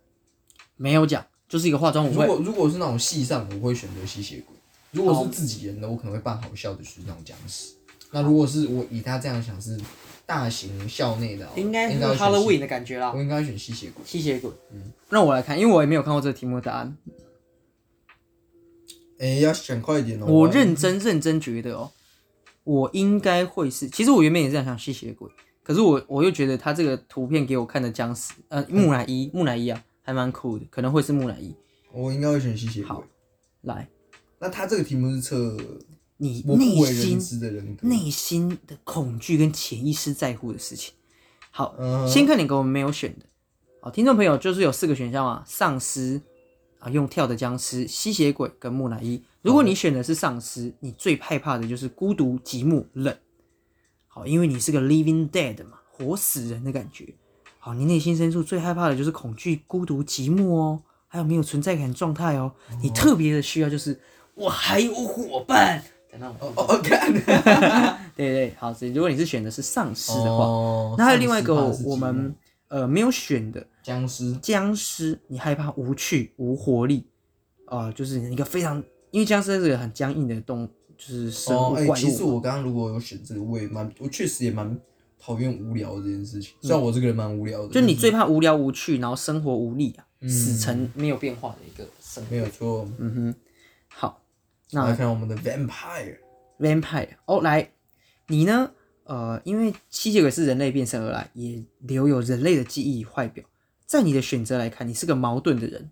没有讲，就是一个化妆舞
如
会。
果如果是那种戏上，我会选择吸血鬼；如果是自己人的，我可能会扮好笑的，就是那种僵尸。那如果是我以他这样想，是大型校内的好了，哦
应该是
会选
Halloween
吸
的感觉啦
我，应该选吸血鬼。
吸血鬼。嗯让我来看，因为我也没有看过这个题目的答案。
哎、要选快一点哦！
我
要
认真认真觉得哦，我应该会是。其实我原本也是想想吸血鬼，可是我我又觉得他这个图片给我看的僵尸，呃，
嗯
木乃伊，木乃伊啊，还蛮酷的，可能会是木乃伊。
我应该会选吸血鬼。
来，
那他这个题目是测
你
我
内
不为人
心
知的人格，
内心的恐惧跟潜意识在乎的事情。好，
嗯
先看你给我们没有选的。好，听众朋友就是有四个选项啊，丧尸啊，用跳的僵尸、吸血鬼跟木乃伊。如果你选的是丧尸，你最害怕的就是孤独、寂寞、冷。好，因为你是个 living dead 嘛，活死人的感觉。好，你内心深处最害怕的就是恐惧、孤独、寂寞哦，还有没有存在感状态哦。你特别的需要就是我还有伙伴的那种。
哦哦，
<laughs>
看，
对对，好，所以如果你是选的是丧尸的话，
哦
那还有另外一个
丧尸怕的是
我
寂寞
们呃没有选的
僵尸
僵尸，你害怕无趣无活力，
啊
呃，就是一个非常因为僵尸是个很僵硬的动物，就是生物
哦，哎、
怪
其实
啊
物嘛。
我刚刚如果有选这个，我也蛮，我确实也蛮讨厌无聊这件事情。虽然我这个人蛮无聊的，
嗯就你
但是
最怕无聊无趣，然后生活无力啊，
嗯
死沉。
没有变化的一个生活
没。有错。
嗯哼，好，那
那来看我们的 vampire，
vampire 哦，来，你呢？呃，因为吸血鬼是人类变身而来，也留有人类的记忆与外表。在你的选择来看，你是个矛盾的人。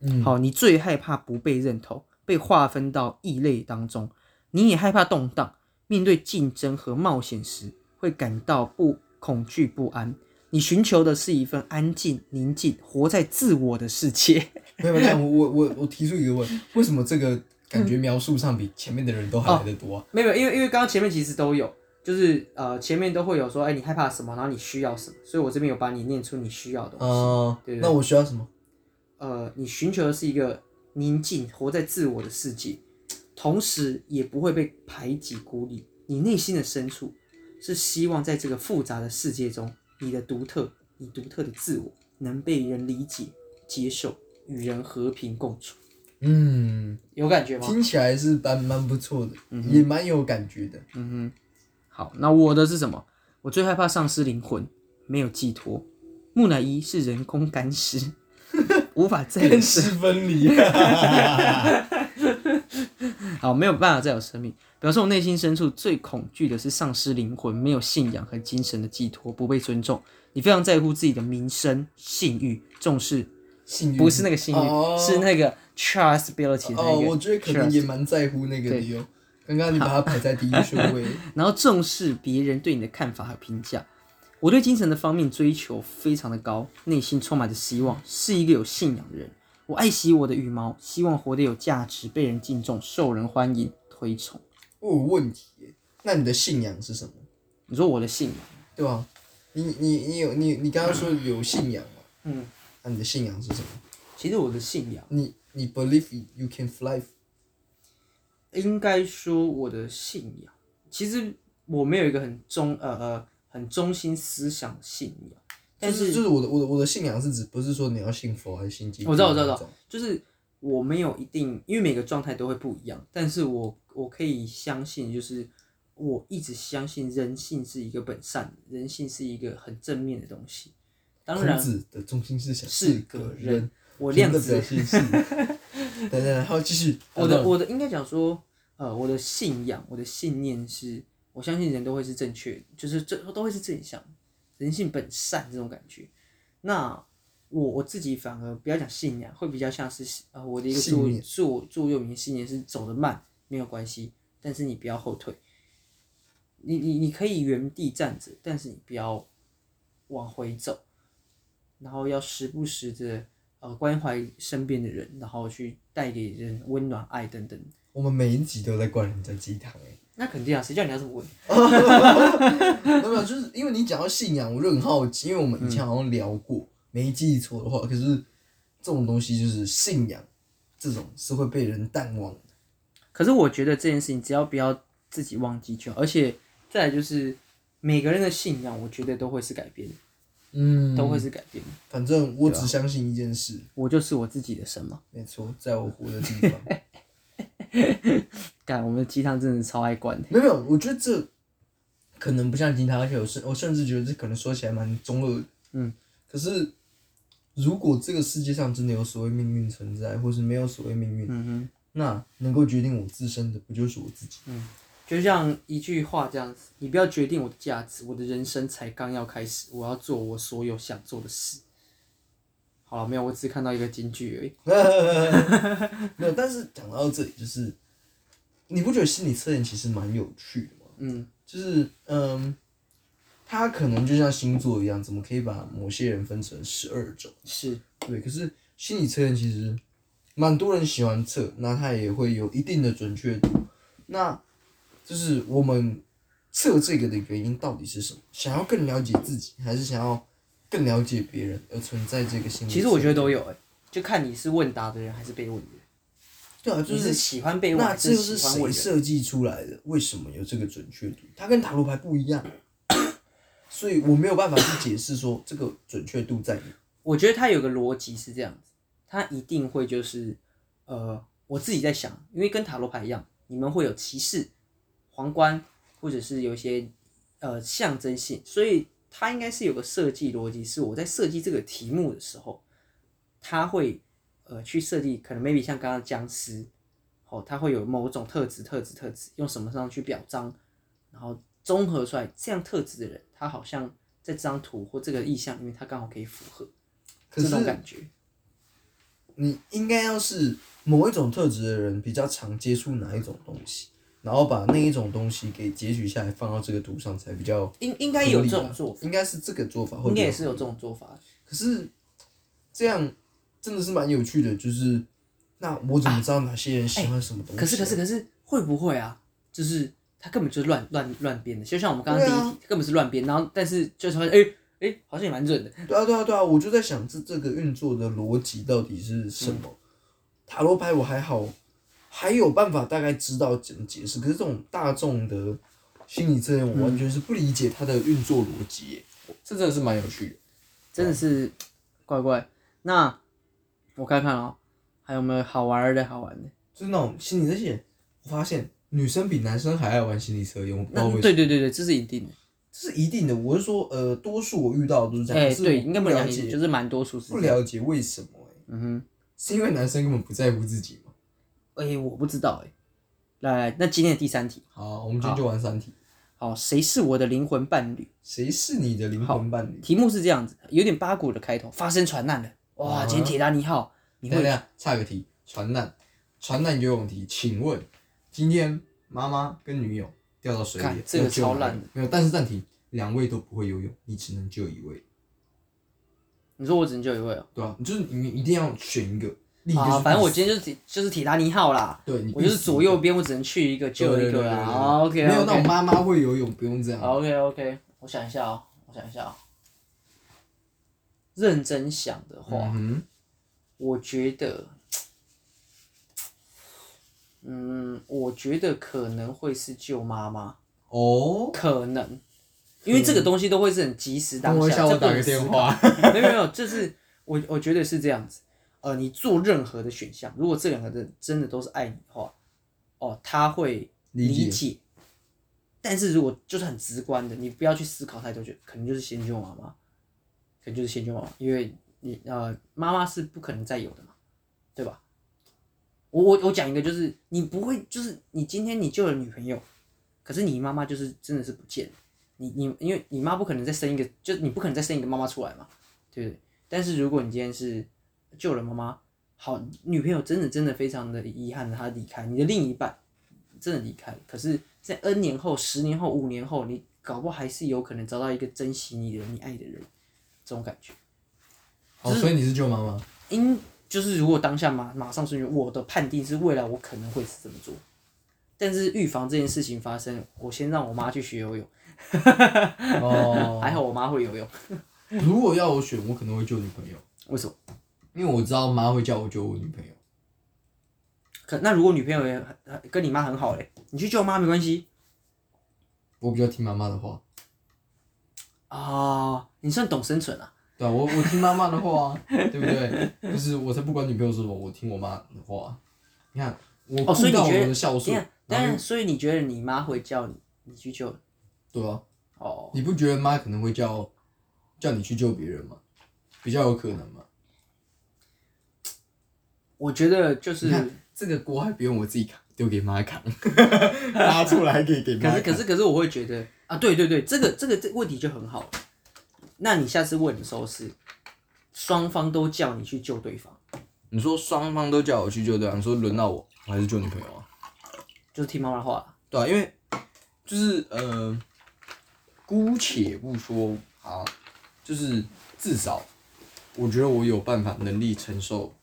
嗯，
好，你最害怕不被认同，被划分到异类当中。你也害怕动荡，面对竞争和冒险时会感到不恐惧不安。你寻求的是一份安静、宁静、活在自我的世界。 <laughs>
没有，但我我我我提出一个问，为什么这个感
嗯
觉描述上比前面的人都还
哦
来得多啊？
没有，因为因为刚刚前面其实都有，就是呃前面都会有说，哎、你害怕什么，然后你需要什么，所以我这边有把你念出你需要的东西。
呃
啊
对对
那我需要什么？
呃，你寻求的是一个宁静、活在自我的世界，同时也不会被排挤孤立。你内心的深处是希望在这个复杂的世界中，你的独特、你独特的自我能被人理解、接受，与人和平共处。
嗯，
有感觉吗？
听起来是蛮蛮不错的，也蛮有感觉的。
嗯哼，好，那我的是什么？我最害怕丧失灵魂，没有寄托。木乃伊是人工干
<laughs>
尸，无法再有
干
生
湿分离、啊，
好，没有办法再有生命。表示我内心深处最恐惧的是丧失灵魂，没有信仰和精神的寄托，不被尊重。你非常在乎自己的名声、信誉，重视
幸运
不是那个信誉，
哦
是那个 trustability
哦，
那
我
个，
觉得可能也蛮在乎那个的哟。刚刚你把它排在第一
<laughs>
顺位，
然后重视别人对你的看法和评价。我对精神的方面追求非常的高，内心充满着希望，是一个有信仰的人。我爱惜我的羽毛，希望活得有价值，被人敬重，受人欢迎、推崇。
我有问题耶，那你的信仰是什么？
你说我的信仰，
对吧？你你你有你你刚刚说有信仰嘛？
嗯，
那你的信仰是什么？
其实我的信仰
你你 believe you can fly？
应该说我的信仰，其实我没有一个很中呃呃很中心思想的信仰，但
就是就是我的我的我的信仰是指不是说你要信佛还是信基督
我知道我知道
那
我知
种
道，就是我没有一定，因为每个状态都会不一样，但是我我可以相信，就是我一直相信人性是一个本善，人性是一个很正面的东西。当然
孔，子的中心思想
是
个
个人我
人
量
的表现
子，
是。 <laughs> 等等，然后继续。
我的我的应该讲说，呃，我的信仰，我的信念是，我相信人都会是正确，就是这都会是正向，人性本善这种感觉。那我我自己反而不要讲信仰，会比较像是呃我的一个
信
座
念
座座右铭信念是走得慢没有关系，但是你不要后退，你你你可以原地站着，但是你不要往回走，然后要时不时的呃关怀身边的人，然后去带给人温暖、爱等等。
我们每一集都在灌人家鸡汤哎。
那肯定啊，谁叫你要这么问？
<laughs> 没有，就是因为你讲到信仰，我就很好奇，因为我们以
嗯
前好像聊过，没记错的话，可是这种东西就是信仰，这种是会被人淡忘的。
可是我觉得这件事情，只要不要自己忘记就好。而且再来就是每个人的信仰，我觉得都会是改变的，
嗯
都会是改变的。
反正
啊
我只相信一件事，
我就是我自己的神嘛。
没错，在我活的地方，
干，我们的鸡汤真的超爱灌的。
没有，没有，我觉得这可能不像鸡汤，而且我甚我甚至觉得这可能说起来蛮中二的。
嗯，
可是如果这个世界上真的有所谓命运存在，或是没有所谓命运，
嗯
那能够决定我自身的，不就是我自己？
就像一句话这样子，你不要决定我的价值，我的人生才刚要开始，我要做我所有想做的事。好了，没有，我只是看到一个金句而已。
<laughs> 没有，但是讲到这里，就是你不觉得心理测验其实蛮有趣的吗？
嗯，
就是嗯，它可能就像星座一样，怎么可以把某些人分成十二种？
是，
对，可是心理测验其实蛮多人喜欢测，那它也会有一定的准确度。那就是我们测这个的原因到底是什么？想要更了解自己，还是想要更了解别人而存在这个心理？
其实我觉得都。有哎、就看你是问答的人还是被问的人。
对啊，就
你是喜欢被问
那
还
这又是
喜欢
谁
问人？
设计出来的？为什么有这个准确度？它跟塔罗牌不一
<coughs>
样，所以我没有办法去解释说这个准确度在哪。
我觉得他有个逻辑是这样子，他一定会就是，呃，我自己在想，因为跟塔罗牌一样，你们会有骑士、皇冠，或者是有一些呃象征性，所以它应该是有个设计逻辑，是我在设计这个题目的时候，它会呃去设计，可能 maybe 像刚刚僵尸，哦，它会有某种特质、特质、特质，用什么上去表彰，然后综合出来这样特质的人，他好像在这张图或这个意象里面，他刚好可以符合
可
这
是
种感觉。
你应该要是某一种特质的人比较常接触哪一种东西，然后把那一种东西给截取下来放到这个图上才比较、啊
应应该有这种做法，
应该是这个做法会
应
比较
该也
好
是有这种做法。
可是这样真的是蛮有趣的，就是那我怎么知道哪些人喜欢什么东西啊、
哎可是可是可是会不会啊？就是他根本就是乱乱乱编的，就像我们刚刚第
对啊
一题，根本是乱编，然后但是就是发现哎哎好像也蛮准的，
对啊对啊对啊，我就在想这这个运作的逻辑到底是什么？塔罗牌我还好，还有办法大概知道怎么解释，可是这种大众的心理测验，我完全是不理解它的运作逻辑耶，嗯这真的是蛮有趣的。
真的是怪怪。那我看看哦，还有没有好玩儿的好玩的？
就是那种心理测验，我发现女生比男生还爱玩心理测验，我不知道
那
为什
对
么。
对对对，这是一定的。
这是一定的，我是说，呃，多数我遇到的都是这样，
哎、
可是
对，
我
应该
不
不
了
了
解，
解，就是蛮多数是
不
这样。
了解为什么、欸，
嗯
是因为男生根本不在乎自己吗？
哼，哎、我不知道哎、来来，那今天的第三题，
好，我们今天就玩三题。
好，谁是我的灵魂伴侣？
谁是你的灵魂伴侣？
题目是这样子，有点八股的开头，发生传难了。哇，
啊
今天铁达尼号，你
等一
会
下，差个题，船难，船难游泳题，请问今天妈妈跟女友掉到水
干
里，
这个
要救哪
超烂
个没有，但是暂停，两位都不会游泳，你只能救一位，
你说我只能救一位哦、
对啊，就是你一定要选一个，另一个就是
啊，反正我
必死
今天就是铁就是铁达尼号啦，
对你
我
必
就是
死
左右边，我只能去一个
对
救
对
一
对
个啦。
对对
啊 OK，
没有那种妈妈会游泳，不用这样，
OK OK，我想一下哦、我想一下哦、认真想的话，
嗯
我觉得，嗯，我觉得可能会是救妈妈，
哼，哦，
可能，因为这个东西都会是很及时
嗯
当
等我一
下，
下，我
这不
打
能
个
思
电
考
话， <laughs>
<laughs> 没有没有，就是我我觉得是这样子。呃，你做任何的选项，如果这两个人真的都是爱你的话，哦，他会
理解
解。但是如果就是很直观的，你不要去思考太多，就可能就是先救妈妈，可能就是先救妈妈，因为你呃妈妈是不可能再有的嘛，对吧？我我我讲一个，就是你不会，就是你今天你救了女朋友，可是你妈妈就是真的是不见了，你你因为你妈不可能再生一个，就你不可能再生一个妈妈出来嘛，对不对？但是如果你今天是救了妈妈，好，女朋友真的真的非常的遗憾，她离开你的另一半，真的离开了。可是，在 N 年后、十年后、五年后，你搞不好还是有可能找到一个珍惜你的人、你爱的人，这种感觉。
好，哦所以你是救妈
<laughs>
妈，
因就是如果当下马马上瞬间，我的判定是未来我可能会是这么做，但是预防这件事情发生，我先让我妈去学游泳，
哦，
还好我妈会游泳。
如果要我选，我可能会救女朋友，
为什么？
因为我知道妈会叫我救我女朋友。
可那如果女朋友也很跟你妈很好嘞，欸你去救妈没关系
我比较听妈妈的话，
啊、你算懂生存啊。
对啊，我我听妈妈的话、
<laughs>
啊，对不对？就是我才不管女朋友说什么，我听我妈的话。你看，我
哦所
顾
以你
到
觉
我
得
的孝
等一
顺
下，，当
然后
然，所以你觉得你妈会叫你你去救
对啊，
哦？
你不觉得妈可能会叫叫你去救别人吗？比较有可能嘛。
我觉得就是
你，看这个锅还不用我自己扛，丢给妈扛， <laughs> 拉出来可以给妈
可
扛。
是可是可是我会觉得啊，对对对，这个这个这个问题就很好了。那你下次问的时候是双方都叫你去救对方，
你说双方都叫我去救对方，你说轮到我，我还是救女朋友啊？
就是听妈妈的话啦。
对啊，因为就是呃，姑且不说啊，就是至少我觉得我有办法能力承受，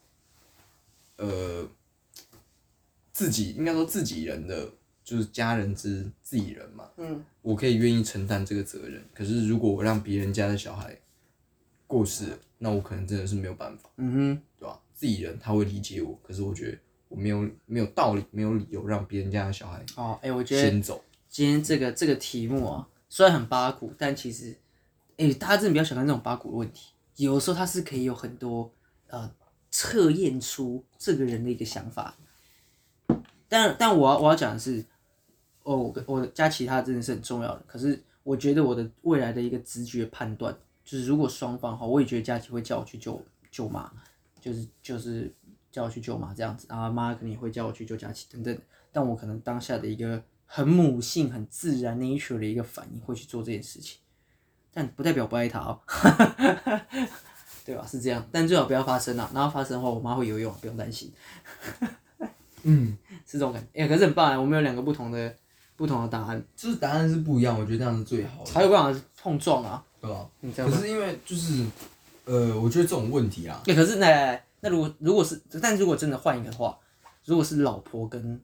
呃，自己应该说自己人的就是家人之自己人嘛，
嗯，
我可以愿意承担这个责任。可是如果我让别人家的小孩过世了，那我可能真的是没有办法。
嗯
对吧、自己人他会理解我，可是我觉得我没有没有道理，没有理由让别人家的小孩
哼，哦，哎、我觉得
先走。
今天这个这个题目啊，虽然很八股，但其实，哎、大家真的不要小看这种八股的问题，有的时候它是可以有很多呃测验出这个人的一个想法。但但我要我要讲的是，哦，我跟我加其他真的是很重要的，可是我我觉得我的未来的一个直觉判断，就是如果双方哈，我也觉得佳琪会叫我去救舅妈，就是就是叫我去舅妈这样子，然后妈可能也会叫我去救佳琪等等，但我可能当下的一个很母性、很自然 nature 的一个反应会去做这件事情，但不代表不爱他哦， <laughs> 对吧？是这样，但最好不要发生啊，然后发生的话，我妈会游泳，不用担心。
嗯，
<laughs> 是这种感觉。哎、可是很棒啊，我们有两个不同的不同的答案，
就是答案是不一样，我觉得这样是最好的，
才有办法碰撞啊。
对吧？
你这样
可
吗？
是因为就是，呃，我觉得这种问题啊，
哎、可是那那如果如果是，但如果真的换一个的话，如果是老婆跟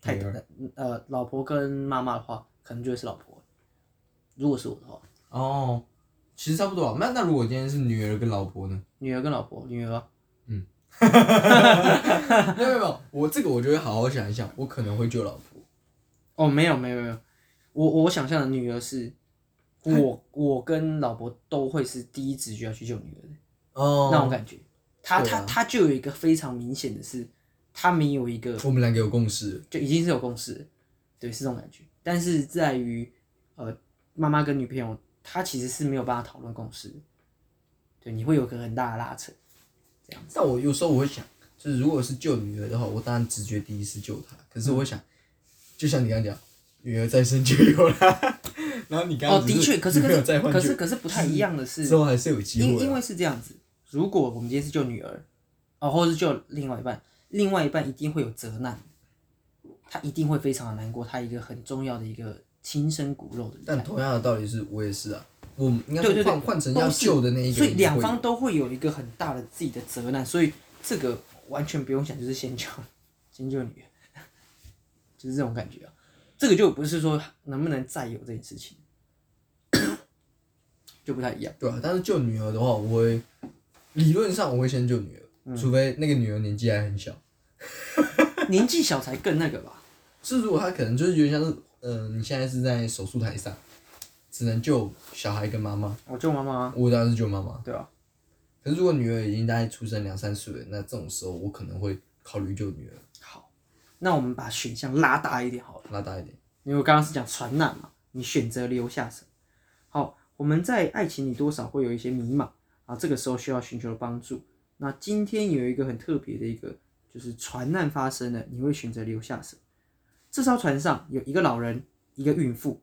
太太，呃，老婆跟妈妈的话，可能就会是老婆。如果是我的话，
哦，其实差不多啊。那那如果今天是女儿跟老婆呢？
女儿跟老婆，女儿
没有没有没有，我这个我就会好好想一想，我可能会救老婆。
哦，没有没有没有，我我想象的女儿是，
哎
我我跟老婆都会是第一直觉要去救女儿的。
哦
那种感觉。他
对啊
他他就有一个非常明显的是，他没有一个
我们两个有共识。
就已经是有共识了，对，是这种感觉。但是在于呃，妈妈跟女朋友，她其实是没有办法讨论共识的，对，你会有个很大的拉扯。
但我有时候我会想，就是如果是救女儿的话，我当然直觉第一是救她。可是我会想，就像你刚刚讲，女儿再生就有啦。 <laughs> 然后你刚
哦，
刚只
的确，可是可
没有 <laughs>
是
再换
可
就是
可是不太一样的是
之，后还是有机
因
会
因
啊。
为是这样子，如果我们今天是救女儿，哦，或者是救另外一半，另外一半一定会有责难，他一定会非常的难过，他一个很重要的一个亲生骨肉的人。
但同样的道理是我也是啊，我应该
对
说
对对
换换成
都
要
是
救的那一个
所
人
以
也会有，
两方都会有一个很大的自己的责难，所以这个完全不用想，就是先救，先救女， <laughs> 就是这种感觉啊。这个就不是说能不能再有这件事情， <coughs> 就不太一样。
对啊，但是救女儿的话，我会理论上我会先救女儿，除非那个女儿年纪还很小。
年纪小才更那个吧？
是如果她可能就是有点像是，嗯、你现在是在手术台上，只能救小孩跟妈妈，
我救妈妈啊，
我当然是救妈妈。
对啊，
可是如果女儿已经大概出生两三岁了，那这种时候我可能会考虑救女儿，
好，那我们把选项拉大一点好了。
拉大一点。
因为我刚刚是讲传染嘛，你选择留下什么？好，我们在爱情里多少会有一些迷茫啊，这个时候需要寻求帮助。那今天有一个很特别的一个，就是船难发生了，你会选择留下什么？这艘船上有一个老人，一个孕妇，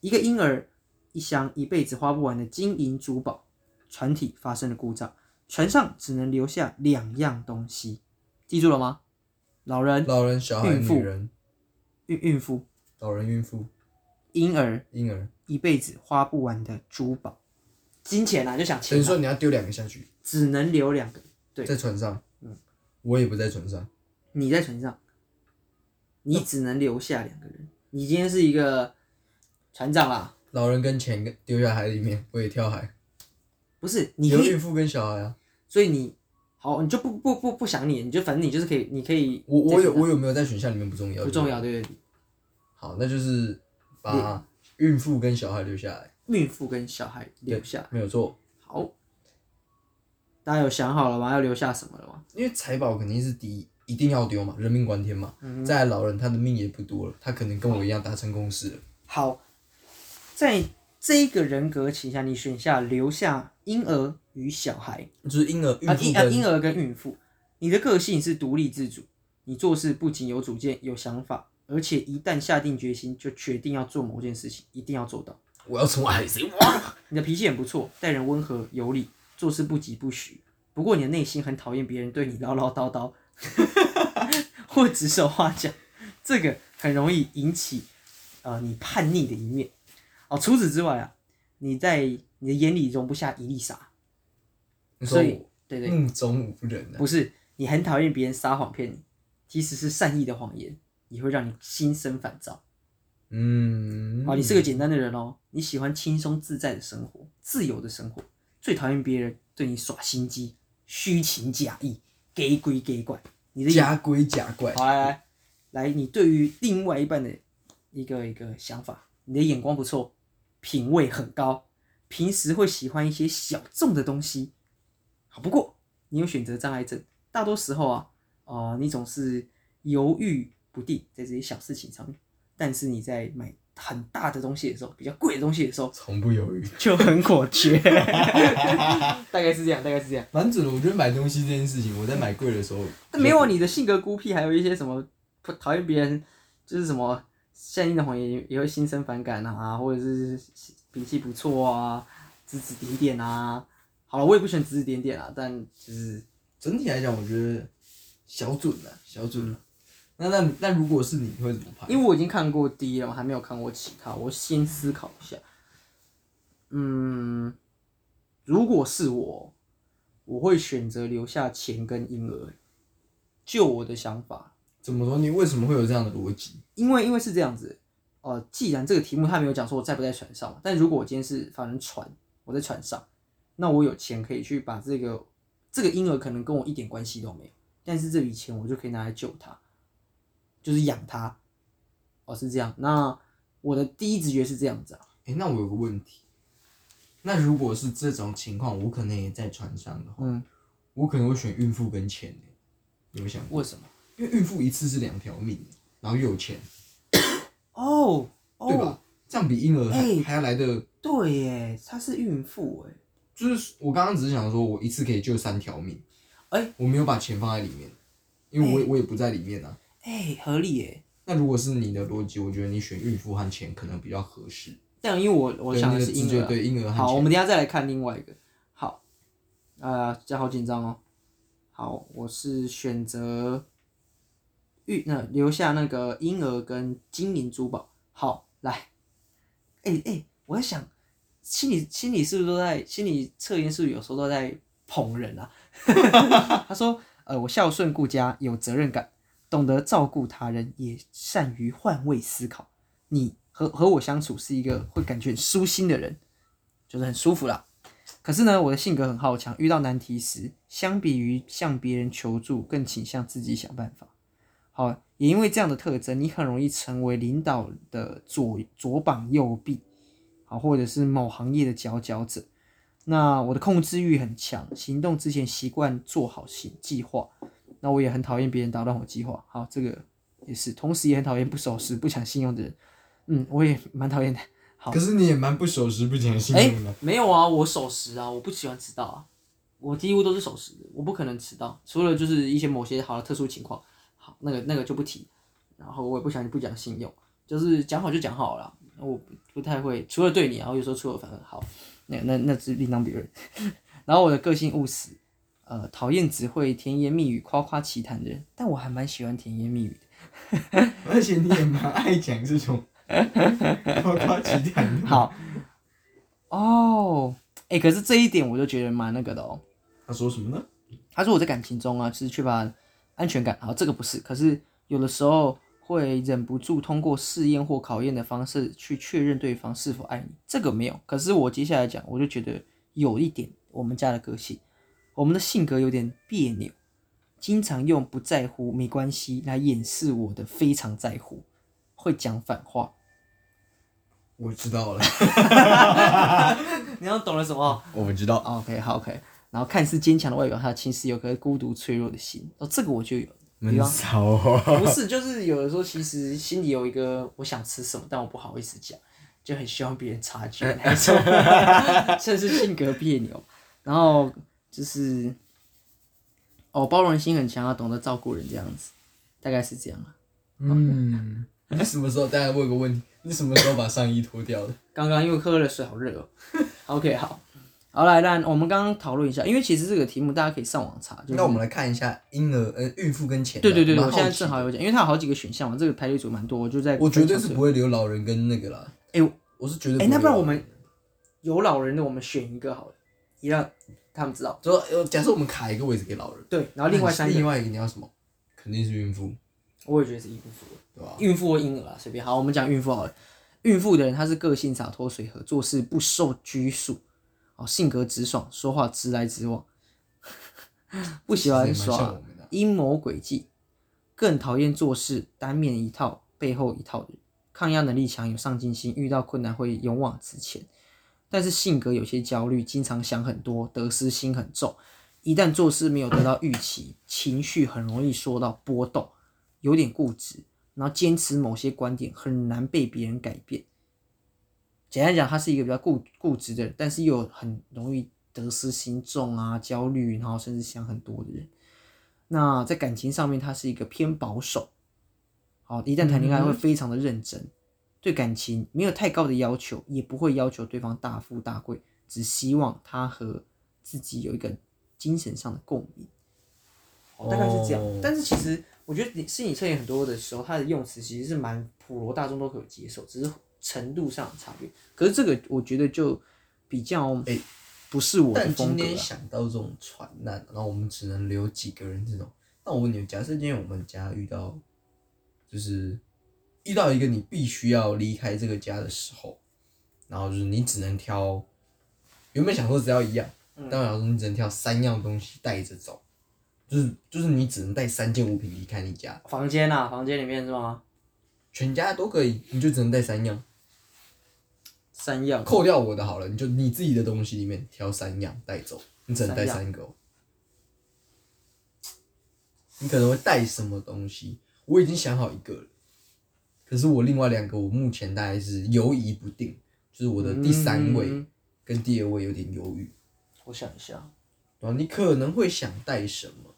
一个婴儿，一箱一辈子花不完的金银珠宝。船体发生了故障，船上只能留下两样东西，记住了吗？老人、
老人、小孩、
孕妇
女人、
孕孕妇、
老人、孕妇、
婴儿、
婴儿，
一辈子花不完的珠宝，金钱啊，就想
等
钱、
于
啊，
说你要丢两个下去，
只能留两个。对
在船上。
嗯
我也不在船上，
你在船上，你
嗯
只能留下两个人。你今天是一个船长啦，
老人跟钱跟丢下海里面，我也跳海，
不是？你
有
可以，
孕妇跟小孩啊。
所以你好，你就不不不不想你，你就反正你就是可以，你可以
我
在船上。
我有我有没有在选项里面不重要，
不重。要，对不对？
好，那就是把孕妇跟小孩留下来，
孕妇跟小孩留下。
没有错。
好，大家有想好了吗？要留下什么了吗？
因为财宝肯定是第一，一定要丢嘛，人命关天嘛。再来老人他的命也不多了，他可能跟我一样达成共识了。
好，在这个人格倾向，你选下留下婴儿与小孩。
就是婴儿、孕
啊，
妇
婴啊，婴
跟
儿跟孕妇，你的个性是独立自主，你做事不仅有主见、有想法，而且一旦下定决心，就决定要做某件事情，一定要做到。
我要从海贼王。
你的脾气很不错，待人温和有礼，做事不急不徐。不过你的内心很讨厌别人对你唠唠叨 <laughs> 叨，或指手画脚，这个很容易引起呃你叛逆的一面。哦，除此之外啊，你在你的眼里容不下一粒沙，
你说
所以
我嗯
对对，
目中无人啊？
不是，你很讨厌别人撒谎骗你，即使是善意的谎言，也会让你心生烦躁。
嗯，
啊好，你是个简单的人哦，你喜欢轻松自在的生活，自由的生活，最讨厌别人对你耍心机、虚情假意、给鬼给怪。你的眼
假鬼假怪。
好来来来，你对于另外一半的一个一个想法，你的眼光不错，品味很高，平时会喜欢一些小众的东西。好，不过你有选择障碍症，大多时候啊，啊、你总是犹豫不定在这些小事情上面，但是你在买很大的东西的时候，比较贵的东西的时候，
从不犹豫。
就很果决， <laughs> 大概是这样，大概是这样。
蛮准的，我觉得买东西这件事情，我在买贵的时候，
但
啊
没有你的性格孤僻，还有一些什么不讨厌别人，就是什么善意的谎言也也会心生反感啊，或者是脾气不错啊，指指点点啊。好了，我也不喜欢指指点点啊，但就是
整体来讲，我觉得小准了，小准了。那那那如果是你会怎么拍？
因为我已经看过第一了，我还没有看过其他，我先思考一下。嗯，如果是我，我会选择留下钱跟婴儿。就我的想法，
怎么说？你为什么会有这样的逻辑？
因为因为是这样子，呃，既然这个题目他没有讲说我在不在船上嘛，但如果我今天是反正船，我在船上，那我有钱可以去把这个这个婴儿可能跟我一点关系都没有，但是这笔钱我就可以拿来救他，就是养他，哦是这样。那我的第一直觉是这样子啊，
诶、那我有个问题，那如果是这种情况，我可能也在船上的话，
嗯，
我可能会选孕妇跟钱、欸、你有没有想过？
为什么？
因为孕妇一次是两条命，然后又有钱，
哦
对吧
哦，？哎
这样比婴儿还、
诶
还要来的，
对耶，她是孕妇哎，
就是我刚刚只是想说，我一次可以救三条命，
诶
我没有把钱放在里面，因为我也、我也不在里面啊。
哎合理耶。
那如果是你的逻辑，我觉得你选孕妇和钱可能比较合适。
但因为我我
对
想
你
的
的
是
直
婴
觉
儿啊，
对婴儿和
好，
钱
我们等一下再来看另外一个。好，啊，这样好紧张哦。好，我是选择玉，那、留下那个婴儿跟金银珠宝。好，来，哎、哎、我在想，心理心理是不是都在心理测验是不是有时候都在捧人啊？ <laughs> 他说，呃，我孝顺顾家，有责任感，懂得照顾他人，也善于换位思考。你和和我相处是一个会感觉很舒心的人，就是很舒服啦。可是呢，我的性格很好强，遇到难题时，相比于向别人求助，更倾向自己想办法。好，也因为这样的特征，你很容易成为领导的左左膀右臂，好，或者是某行业的佼佼者。那我的控制欲很强，行动之前习惯做好行计划。那我也很讨厌别人打乱我计划，好，这个也是，同时也很讨厌不守时、不讲信用的人。嗯，我也蛮讨厌的。好
可是你也蛮不守时、不讲信
哎、
用的。
没有啊，我守时啊，我不喜欢迟到啊，我几乎都是守时的，我不可能迟到，除了就是一些某些好的特殊情况，好，那个那个就不提。然后我也不喜欢不讲信用，就是讲好就讲好了啦，我不不太会，除了对你啊，我有时候出尔反尔，好，那那那是另当别论。 <laughs> 然后我的个性务实，呃，讨厌只会甜言蜜语、夸夸其谈的人，但我还蛮喜欢甜言蜜语的。
而且你也蛮爱讲这
<laughs>
种夸夸其谈的。
好，哦，哎、可是这一点我就觉得蛮那个的哦。
他说什么呢？
他说我在感情中啊，其实缺乏安全感。好，这个不是，可是有的时候会忍不住通过试验或考验的方式去确认对方是否爱你。这个没有，可是我接下来讲，我就觉得有一点我们家的个性，我们的性格有点别扭，经常用不在乎、没关系来掩饰我的非常在乎，会讲反话。
我知道
<laughs>
了，
你要懂了什么？
我知道，
哦 OK，好 OK。然后看似坚强的外表，他其实有颗孤独脆弱的心。哦，这个我就有。比
闷
方
骚
啊
哦。
不是，就是有的时候其实心里有一个我想吃什么，但我不好意思讲，就很希望别人察觉那一种， <laughs> 甚至性格别扭。然后就是，哦，包容心很强啊，懂得照顾人这样子，大概是这样啊。
嗯，
你什么时候？大家问个问题，你什么时候把上衣脱掉的？
刚刚因为喝了水，好热哦。OK，好，好来，那我们刚刚讨论一下，因为其实这个题目大家可以上网查。就是、
那我们来看一下婴儿、呃，孕妇跟钱的。
对对对，
蛮
我现在
奇
正好有讲，因为它有好几个选项嘛，这个排列组蛮多，我就在
我绝对
分享
是
这
不
个。
会留老人跟那个啦。
哎我
我是绝对会
哎、那不然
留
我们有老人的，我们选一个好了，也让他们知道。
就呃假设我们卡一个位置给老人，
对，然后另外
那
三
你
个
另，外一个你要什么？肯定是孕妇，
我也觉得是孕妇，
对吧？
孕妇或婴儿啊，随便。好，我们讲孕妇好了。孕妇的人，她是个性洒脱随和，做事不受拘束，哦，性格直爽，说话直来直往， <laughs> 不喜欢
其实也蛮像
耍
我们的
阴谋诡计，更讨厌做事单面一套、背后一套的人。抗压能力强，有上进心，遇到困难会勇往直前。但是性格有些焦虑，经常想很多，得失心很重。一旦做事没有得到预期，情绪很容易受到波动，有点固执，
然后坚持某些观点很难被别人改变。简单讲，他是一个比较固固执的人，但是又有很容易得失心重啊、焦虑，然后甚至想很多的人。那在感情上面，他是一个偏保守，好，一旦谈恋爱会非常的认真，对感情没有太高的要求，也不会要求对方大富大贵，只希望他和自己有一个精神上的共鸣。哦，大概是这样。
哦
但是其实我觉得你心理测验很多的时候，它的用词其实是蛮普罗大众都可以接受，只是程度上的差别。可是这个我觉得就比较
哎
不是我的
但
风
今
格、
天
啊。
想到这种船难，然后我们只能留几个人这种。那我问你，假设今天我们家遇到，就是遇到一个你必须要离开这个家的时候，然后就是你只能挑，原本想说只要一样，但我想说你只能挑三样东西带着走，就是就是你只能带三件物品离开你家，
房间啊，房间里面是吗？
全家都可以，你就只能带三样。
三样，
扣掉我的好了，你就你自己的东西里面挑三样带走，你只能带三个、哦。你可能会带什么东西？我已经想好一个了，可是我另外两个我目前大概是犹疑不定，就是我的第三位
嗯
跟第二位有点犹豫。
我想一下，
然后你可能会想带什么？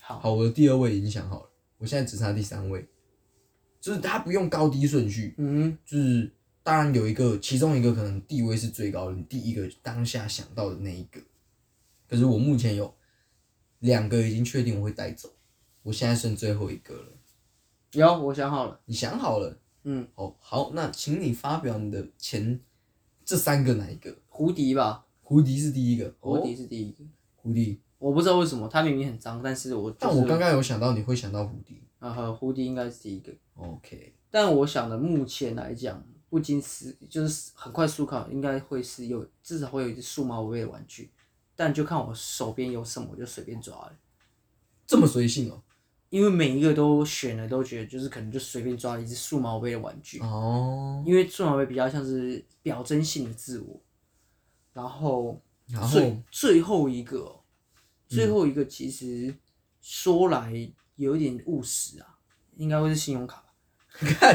好
好，我的第二位已经想好了，我现在只差第三位，就是它不用高低顺序，
嗯
就是当然有一个，其中一个可能地位是最高的，你第一个当下想到的那一个。可是我目前有两个已经确定我会带走，我现在剩最后一个了。
哼，有，我想好了，
你想好了？
嗯，
哦，好，那请你发表你的前这三个哪一个？
胡迪吧，
胡迪是第一个，
胡
哦
迪是第一个。
胡迪。
我不知道为什么，他明明很脏，但是我、就是、
但我刚刚有想到你会想到胡迪。
啊，
呃
和胡迪应该是第一个。
OK，
但我想的，目前来讲，不经思就是很快思考，应该会是有至少会有一只数码宝贝的玩具，但就看我手边有什么，我就随便抓了。
这么随性哦。
因为每一个都选了，都觉得就是可能就随便抓了一只数码宝贝的玩具，
哦，
因为数码宝贝比较像是表征性的自我。然后
然后
最最后一个哦，最后一个其实说来有一点务实啊，应该会是信用卡吧， <laughs>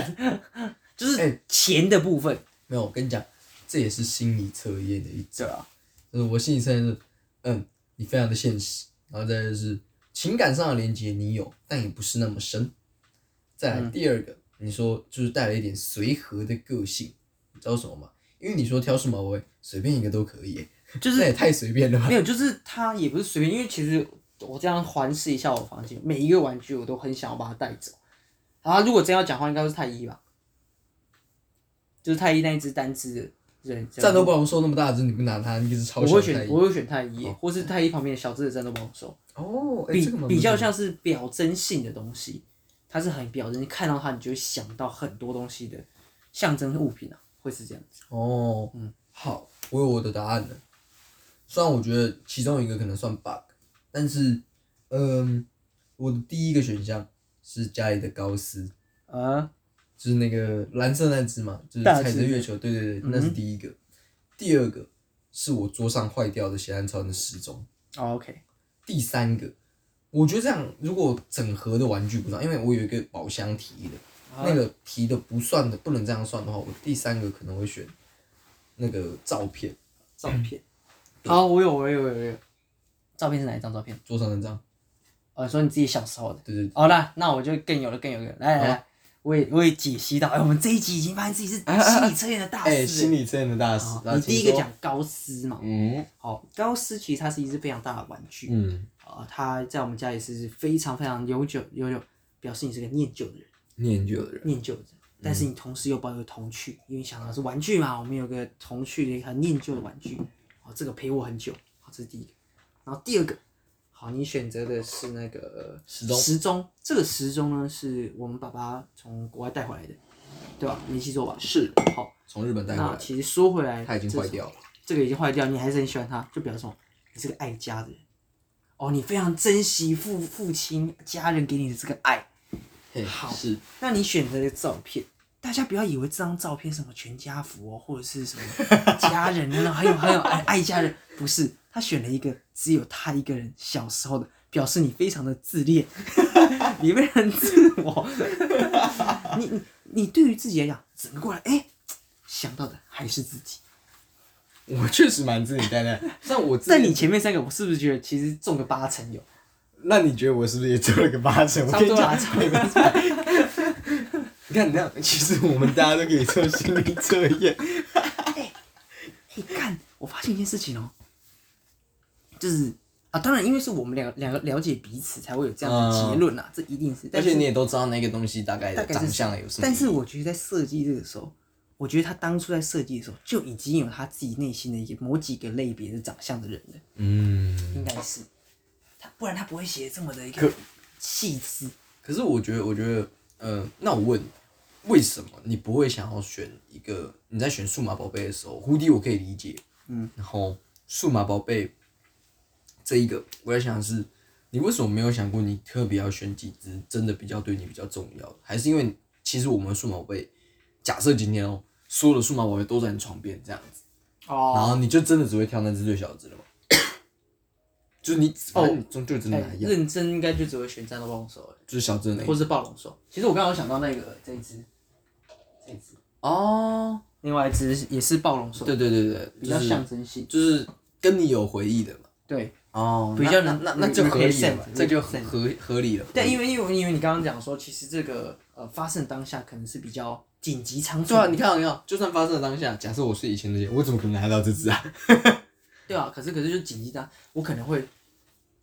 就
哎
是钱的部分，
没有，我跟你讲，这也是心理测验的一
对啊。
就是呃我心理测验是，嗯，你非常的现实，然后再来就是情感上的连接你有，但也不是那么深。再
嗯
来第二个，你说就是带了一点随和的个性，你知道什么吗？因为你说挑什么我也随便一个都可以耶，
就是啊
那也太随便了吧
没？有，就是他也不是随便，因为其实我这样环视一下我房间，每一个玩具我都很想要把它带走。然后如果真要讲话，应该是太一吧，就是太一那一只单只的人
战斗，暴龙兽那么大只，你不拿它，你一直超
我
小
会
太
选
一
我会选太一，或是太一旁边的小只的战斗帮手，
哦，哎
比
这个蛮不错
比较像是表征性的东西，它是很表征，看到它你就会想到很多东西的象征物品啊，会是这样子。
哦，嗯，好，我有我的答案了。虽然我觉得其中一个可能算 bug，但是，嗯，我的第一个选项是家里的高斯，
啊，
就是那个蓝色那只嘛，就是
大
踩
只
着
的嗯
月球，对对对，那是第一个。第二个是我桌上坏掉的咸蛋超人的时钟。
哦，OK，
第三个，我觉得这样如果整合的玩具不算，因为我有一个宝箱提的，
啊
那个提的不算的，不能这样算的话，我第三个可能会选那个照片。
照片，好，嗯哦我有，我有，我有，我有，照片是哪一张照片？
桌上那张，
哦，说你自己小时候的。
对对
好啦，那我就更有了，更有了。来来来，我也我也解析到，哎，我们这一集已经发现
<laughs>
自己是心理测验的大
哎，
师
心
了。
理测验的大师
好，
然后
你第一
请
个
说
讲，高斯嘛，
嗯
好，高斯其实它是一只非常大的玩具，
嗯，
啊，它在我们家也是非常非常悠久悠久，表示你是个念旧的人，
念旧的人，
念旧的人。
嗯
但是你同时又保有童趣，因为想到是玩具嘛，我们有个童趣的很念旧的玩具，好，这个陪我很久，好，这是第一个。然后第二个，好，你选择的是那个
时钟
时钟，这个时钟呢是我们爸爸从国外带回来的，对吧？没记错吧？是。好，
从日本带回
那
来，
其实说回来，
它已经
这
坏
是
掉了。
这个已经坏掉，你还是很喜欢它，就表示什么？你是个爱家的人。哦，你非常珍惜父父亲家人给你的这个爱。
嘿，
好
是
那你选择的照片，大家不要以为这张照片什么全家福哦，或者是什么家人
啊 <laughs>
那种，还有还有爱爱家人，不是，他选了一个只有他一个人小时候的，表示你非常的自恋，
<laughs> 你被人自我， <laughs> 你你你对于自己来讲，整个过来，哎、想到的还是自己。
我确实蛮自己
<laughs>
呆呆，但我自
在
己
你前面三个，我是不是觉得其实中个八成有？
那你觉得我是不是也做了个八成？我
差
跟
不多
你
啦，
讲，
差不多。
你看，你看，其实我们大家都可以做心理测验。
你看，我发现一件事情哦、就是啊，当然因为是我们两个两个了解彼此才会有这样的结论啦、这一定是。
嗯而
<laughs> 但
且
是
你也都知道那个东西大概
大
的
概是
长相有什么。
但是我觉得在设计这个时候，我觉得他当初在设计的时候就已经有他自己内心的一个某几个类别的长相的人了，
嗯，
应该是。他不然他不会写这么的一
可
个细致。
可是我觉得，我觉得，呃，那我问你，为什么你不会想要选一个？你在选数码宝贝的时候，蝴蝶我可以理解，嗯，然后数码宝贝这一个，我在想的是，你为什么没有想过你特别要选几只真的比较对你比较重要的？还是因为其实我们数码宝贝，假设今天哦，所有的数码宝贝都在你床边这样子，然
哦
哎
后你就真的只会挑那只最小只的吗？就是你，哦，你终究只能拿一样，
认真应该就只会选战斗暴龙兽而
就是小只的那一
已，哎或
只
是暴龙兽。其实我刚刚有想到那个这一只，这一只，
哦。
另外一只也是暴龙兽，
对对对对，
比较
就是
象征性，
就是跟你有回忆的嘛。
对，
哦
比较能
那那那就合理了嘛
represent，
这就
represent
合合理了。
但因为因为因为你刚刚讲说，其实这个呃发生当下可能是比较紧急场
对
所，
啊，你看你看，就算发生了当下，假设我是以前那些，我怎么可能拿到这只 <laughs> 啊？
对啊，可是可是就紧急当，我可能会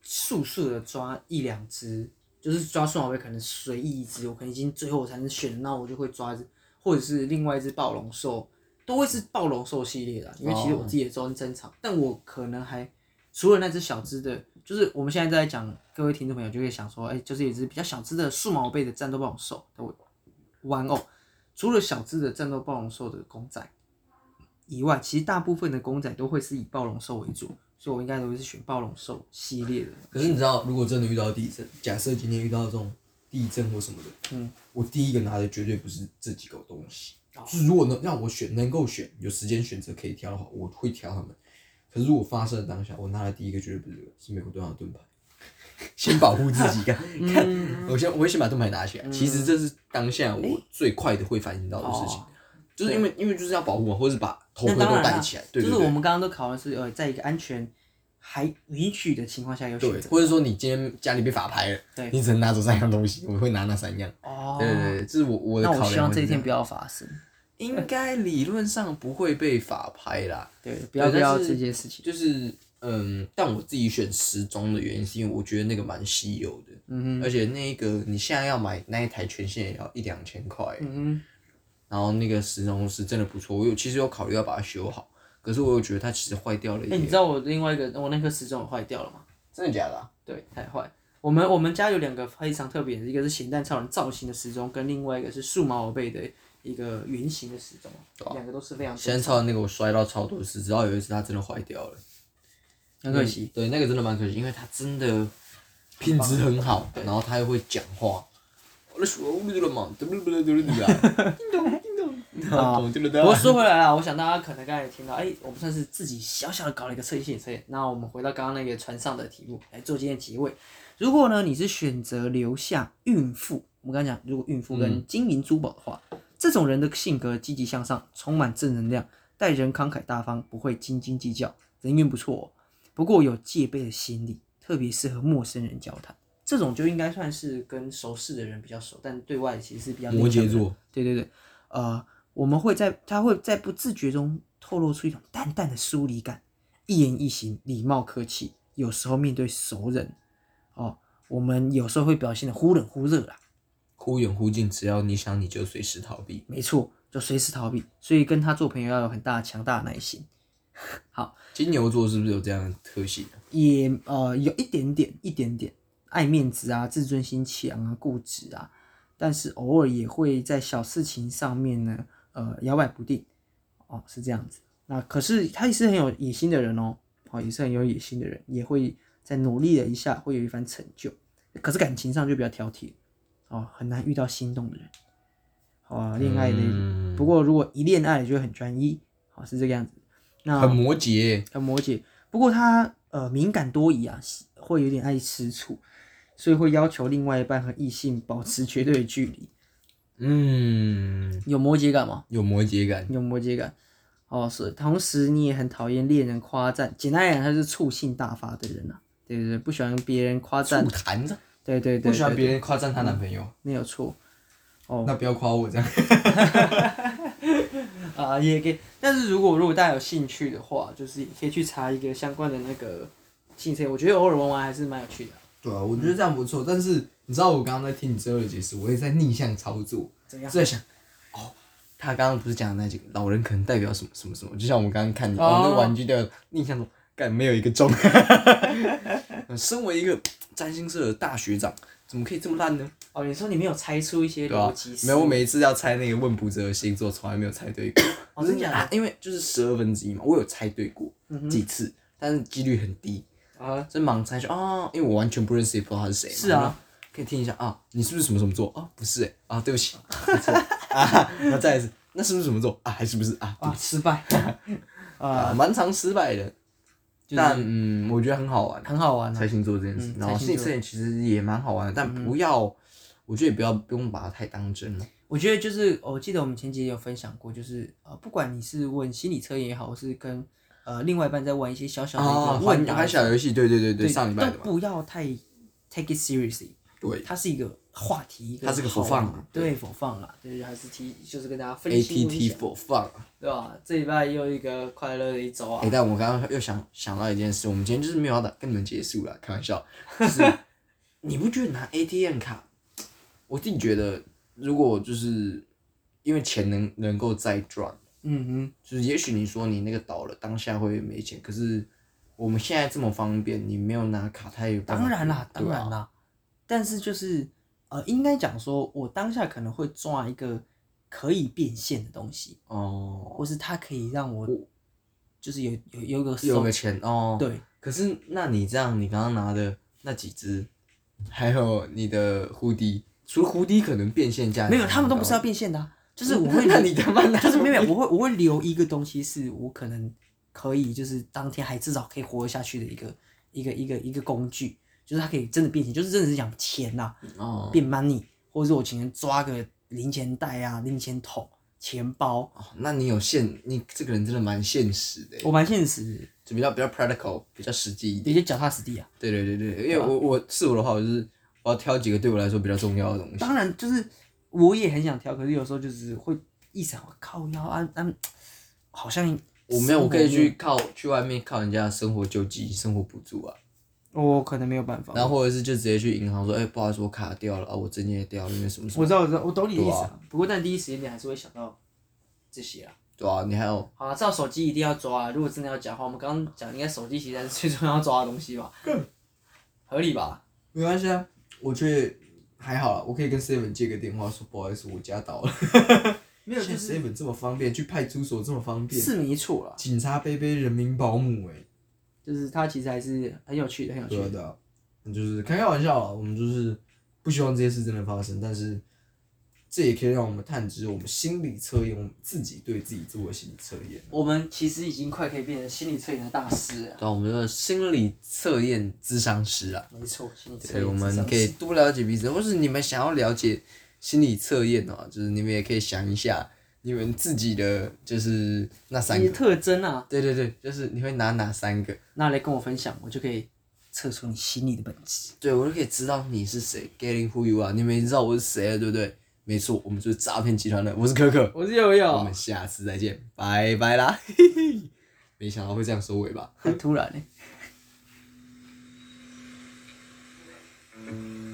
速速的抓一两只，就是抓数码宝贝可能随意一只，我可能已经最后我才能选，那我就会抓一只，或者是另外一只暴龙兽，都会是暴龙兽系列的啊，因为其实我自己也周珍藏，但我可能还除了那只小只的，就是我们现在在讲，各位听众朋友就会想说，哎、就是有一只比较小只的数码宝贝的战斗暴龙兽的玩偶，除了小只的战斗暴龙兽的公仔。以外，其实大部分的公仔都会是以暴龙兽为主，所以我应该都会是选暴龙兽系列的。
可是你知道，如果真的遇到地震，假设今天遇到这种地震或什么的，
嗯，
我第一个拿的绝对不是这几个东西。就是如果能让我选，能够选，有时间选择可以挑的话，我会挑它们。可是如果发生的当下，我拿的第一个绝对不是这个，是美国队长的盾牌。先保护自己，看，
嗯
看，我先我会先把盾牌拿起来。其实这是当下我最快的会反应到的事情
哦，
就是因为因为就是要保护嘛，或者是把头
那
盔
当
都
然
戴
啦，
起来，对
就
对
是我
对，
们刚刚都考虑是呃，在一个安全还允许的情况下有选
对，
择。
或者说你今天家里被法拍了，
对
你只能拿走三样东西，我会拿那三样。
哦，
对对对，这是我我的
那
考量
我
会是
希
这样。
望这一天不要发生。
应该理论上不会被法拍啦，
对，不要不
对但
要
是
这件事情。
就是嗯，但我自己选时钟的原因是因为我觉得那个蛮稀有的，
嗯哼，
而且那个你现在要买那一台权限也要一两千块，
嗯
然后那个时钟是真的不错，我有其实有考虑要把它修好，可是我又觉得它其实坏掉了一
哼，哎，
点，
你知道我另外一个我那颗时钟坏掉了吗？
真的假的、啊？
对，太坏。我们我们家有两个非常特别的，一个是咸蛋超人造型的时钟，跟另外一个是数码宝贝的一个圆形的时钟，
啊
两个都是非常
现在超的那个我摔到超多次，直到有一次它真的坏掉了，嗯
很可惜。
对，那个真的蛮可惜，因为它真的品质很好，然后它又会讲话。我的手绿了嘛，嘟噜嘟噜嘟噜嘟噜，叮咚叮咚，
不过说回来啊，我想大家可能刚才也听到，哎、我们算是自己小小的搞了一个测验性测验。那我们回到刚刚那个船上的题目来做今天结尾。如果呢你是选择留下孕妇，我们刚才讲，如果孕妇
嗯
跟金银珠宝的话，这种人的性格积极向上，充满正能量，待人慷慨大方，不会斤斤计较，人缘不错、哦，不过有戒备的心理，特别适合陌生人交谈。这种就应该算是跟熟识的人比较熟，但对外其实是比较内
摩
向的
羯
人
座，
对对对，呃，我们会在他会在不自觉中透露出一种淡淡的疏离感，一言一行礼貌客气，有时候面对熟人，哦，我们有时候会表现的忽冷忽热啦，
忽远忽近，只要你想，你就随时逃避。
没错，就随时逃避，所以跟他做朋友要有很大强大的耐心， <laughs>
金牛座是不是有这样的特性啊？
也呃有一点点一点点爱面子啊，自尊心强啊，固执啊，但是偶尔也会在小事情上面呢，呃摇摆不定，哦是这样子。那可是他也是很有野心的人哦，哦也是很有野心的人，也会在努力了一下会有一番成就，可是感情上就比较挑剔，哦很难遇到心动的人，好、啊恋爱的，
嗯
不过如果一恋爱就会很专一，好、是这个样子。那
很摩羯，
啊很摩羯，不过他呃敏感多疑啊，喜会有点爱吃醋，所以会要求另外一半和异性保持绝对的距离。
嗯，
有摩羯感吗？
有摩羯感，
有摩羯感。哦，是。同时你也很讨厌恋人夸赞，简单来讲，他是醋性大发的人啊。对对对，不喜欢别人夸赞
醋。坛子，
对对对
不喜欢
对
别人夸赞她男朋友，
没有错。
那不要夸我这 <laughs> 样。
啊、也可以。但是如果如果大家有兴趣的话，就是也可以去查一个相关的那个性测验，我觉得偶尔玩玩还是蛮有趣的。
对啊，我觉得这样不错。但是你知道，我刚刚在听你最后的解释，我也在逆向操作，
怎
就
样？
在想，
哦他刚刚不是讲的那几个老人可能代表什么什么什么，就像我们刚刚看你
哦
哦，那个玩具的印象中，干没有一个 <laughs> 中。呃身为一个占星社的大学长，怎么可以这么烂呢？
哦，你说你没有猜出一些
对吧、啊
逻辑思
没有，我每一次要猜那个问卜者的星座，从来没有猜对过。
哦，真假嗯
啊？因为就是十二分之一嘛，我有猜对过几次，但是几率很低，
的？啊，
所以盲猜就啊，因为我完全不认识，也不知道他是谁嘛。
是啊
然后，可以听一下啊，你是不是什么什么座？啊，不是哎、啊，对不
<laughs>
起，没错啊，那再来一次，那是不是什么座？啊，还是不是啊？
啊，失败 <laughs>
啊，
啊，
蛮常失败的，
就是
但嗯，我觉得很好玩，
很好玩啊
猜。星座这件事
嗯，
然后
猜星
性
座嗯
测验其实也蛮好玩的，但不要，我觉得也不要不用把它太当真了。
我觉得就是，我记得我们前几集有分享过，就是呃，不管你是问心理测验也好，或是跟呃另外一半在玩一些小小的一个问
玩
答
玩
的时候，
哦小游戏，对对对对，
对，
上礼拜的
都
嘛，
不要太 take it seriously，
对
它是一个话题，一个
它是个
好
佛放
玩
嘛
对佛放啦，对，还是提就是跟大家分
，A
析
T
一
T
下，
for fun。
对吧？这礼拜又一个快乐的一周啊
哎，，但我刚刚又想想到一件事，我们今天就是没有要打跟你们结束了，开玩笑。就是 <laughs> 你不觉得拿 ATM 卡，我自己觉得，如果就是因为钱能能够再赚，
嗯
就是也许你说你那个倒了，当下会没钱，可是我们现在这么方便，你没有拿卡，他也有
哼，
办法
当然啦，
对啊
当然啦，但是就是呃，应该讲说，我当下可能会抓一个可以变现的东西，
哦，
或是它可以让我就是有有有个
有
收
个钱哦，，
对，
可是那你这样，你刚刚拿的那几只，还有你的蝴蝶，除了蝴蝶可能变现价值
没有，他们都
很
不
高
是要变现的啊、就是我会
<laughs> 那你他妈拿
就是没有，我会我会留一个东西，是我可能可以，就是当天还至少可以活得下去的一个一个一个一个工具，就是它可以真的变现，就是真的是讲钱呐、
哦，
变 money，或者是我请人抓个零钱袋啊、零钱桶、钱包，
哦，那你有现，你这个人真的蛮现实的，
我蛮现实，
就比较比较 practical，比较实际一
也
点。
就脚踏实地啊。
对对对对，因为我我是我的话，我就是我要挑几个对我来说比较重要的东西。
当然，就是我也很想挑，可是有时候就是会一闪，我靠腰啊啊，好像
我没有，我可以去靠去外面靠人家的生活救济、生活补助啊，
我可能没有办法。
然后或者是就直接去银行说，哎、不好意思，我卡掉了啊，我证件也掉了，因为什么什
我
么，
知道，我知道，我懂你的意思、
对
啊。不过，但第一时间你还是会想到这些啊。
对啊，你还有
好啊，至少手机一定要抓、啊。如果真的要讲的话，我们刚刚讲，应该手机其实才是最重要抓的东西吧？合理吧？
没关系啊，我觉得还好啦，我可以跟 Seven 接个电话说，不好意思，我家倒了。
没有，就
现在
是
Seven 这么方便，去派出所这么方便，
是没错啦，
警察杯杯人民保姆哎、
啊就是它其实还是很有趣的，很有趣
对啊
的。
对啊，那就是开开玩笑啦，我们就是不希望这些事真的发生，但是这也可以让我们探知我们心理测验，我们自己对自己做的心理测验。
我们其实已经快可以变成心理测验的大师了。
对啊，我们的心理测验智商师啊，
没错，心理测
所以
验
我
智
们
商
可以
是
多了解彼此，或是你们想要了解心理测验的话，就是你们也可以想一下你们自己的就是那三
你的
个，
特征啊，
对对对，就是你会拿哪三个，
那来跟我分享，我就可以测出你心里的本质。
对我就可以知道你是谁，getting who you are，你们已经知道我是谁了，对不对？没错，我们就是诈骗集团的，我是可可，
我是友
我
友
们，下次再见，拜拜啦，嘿嘿，没想到会这样收尾吧。
很突然呢、欸。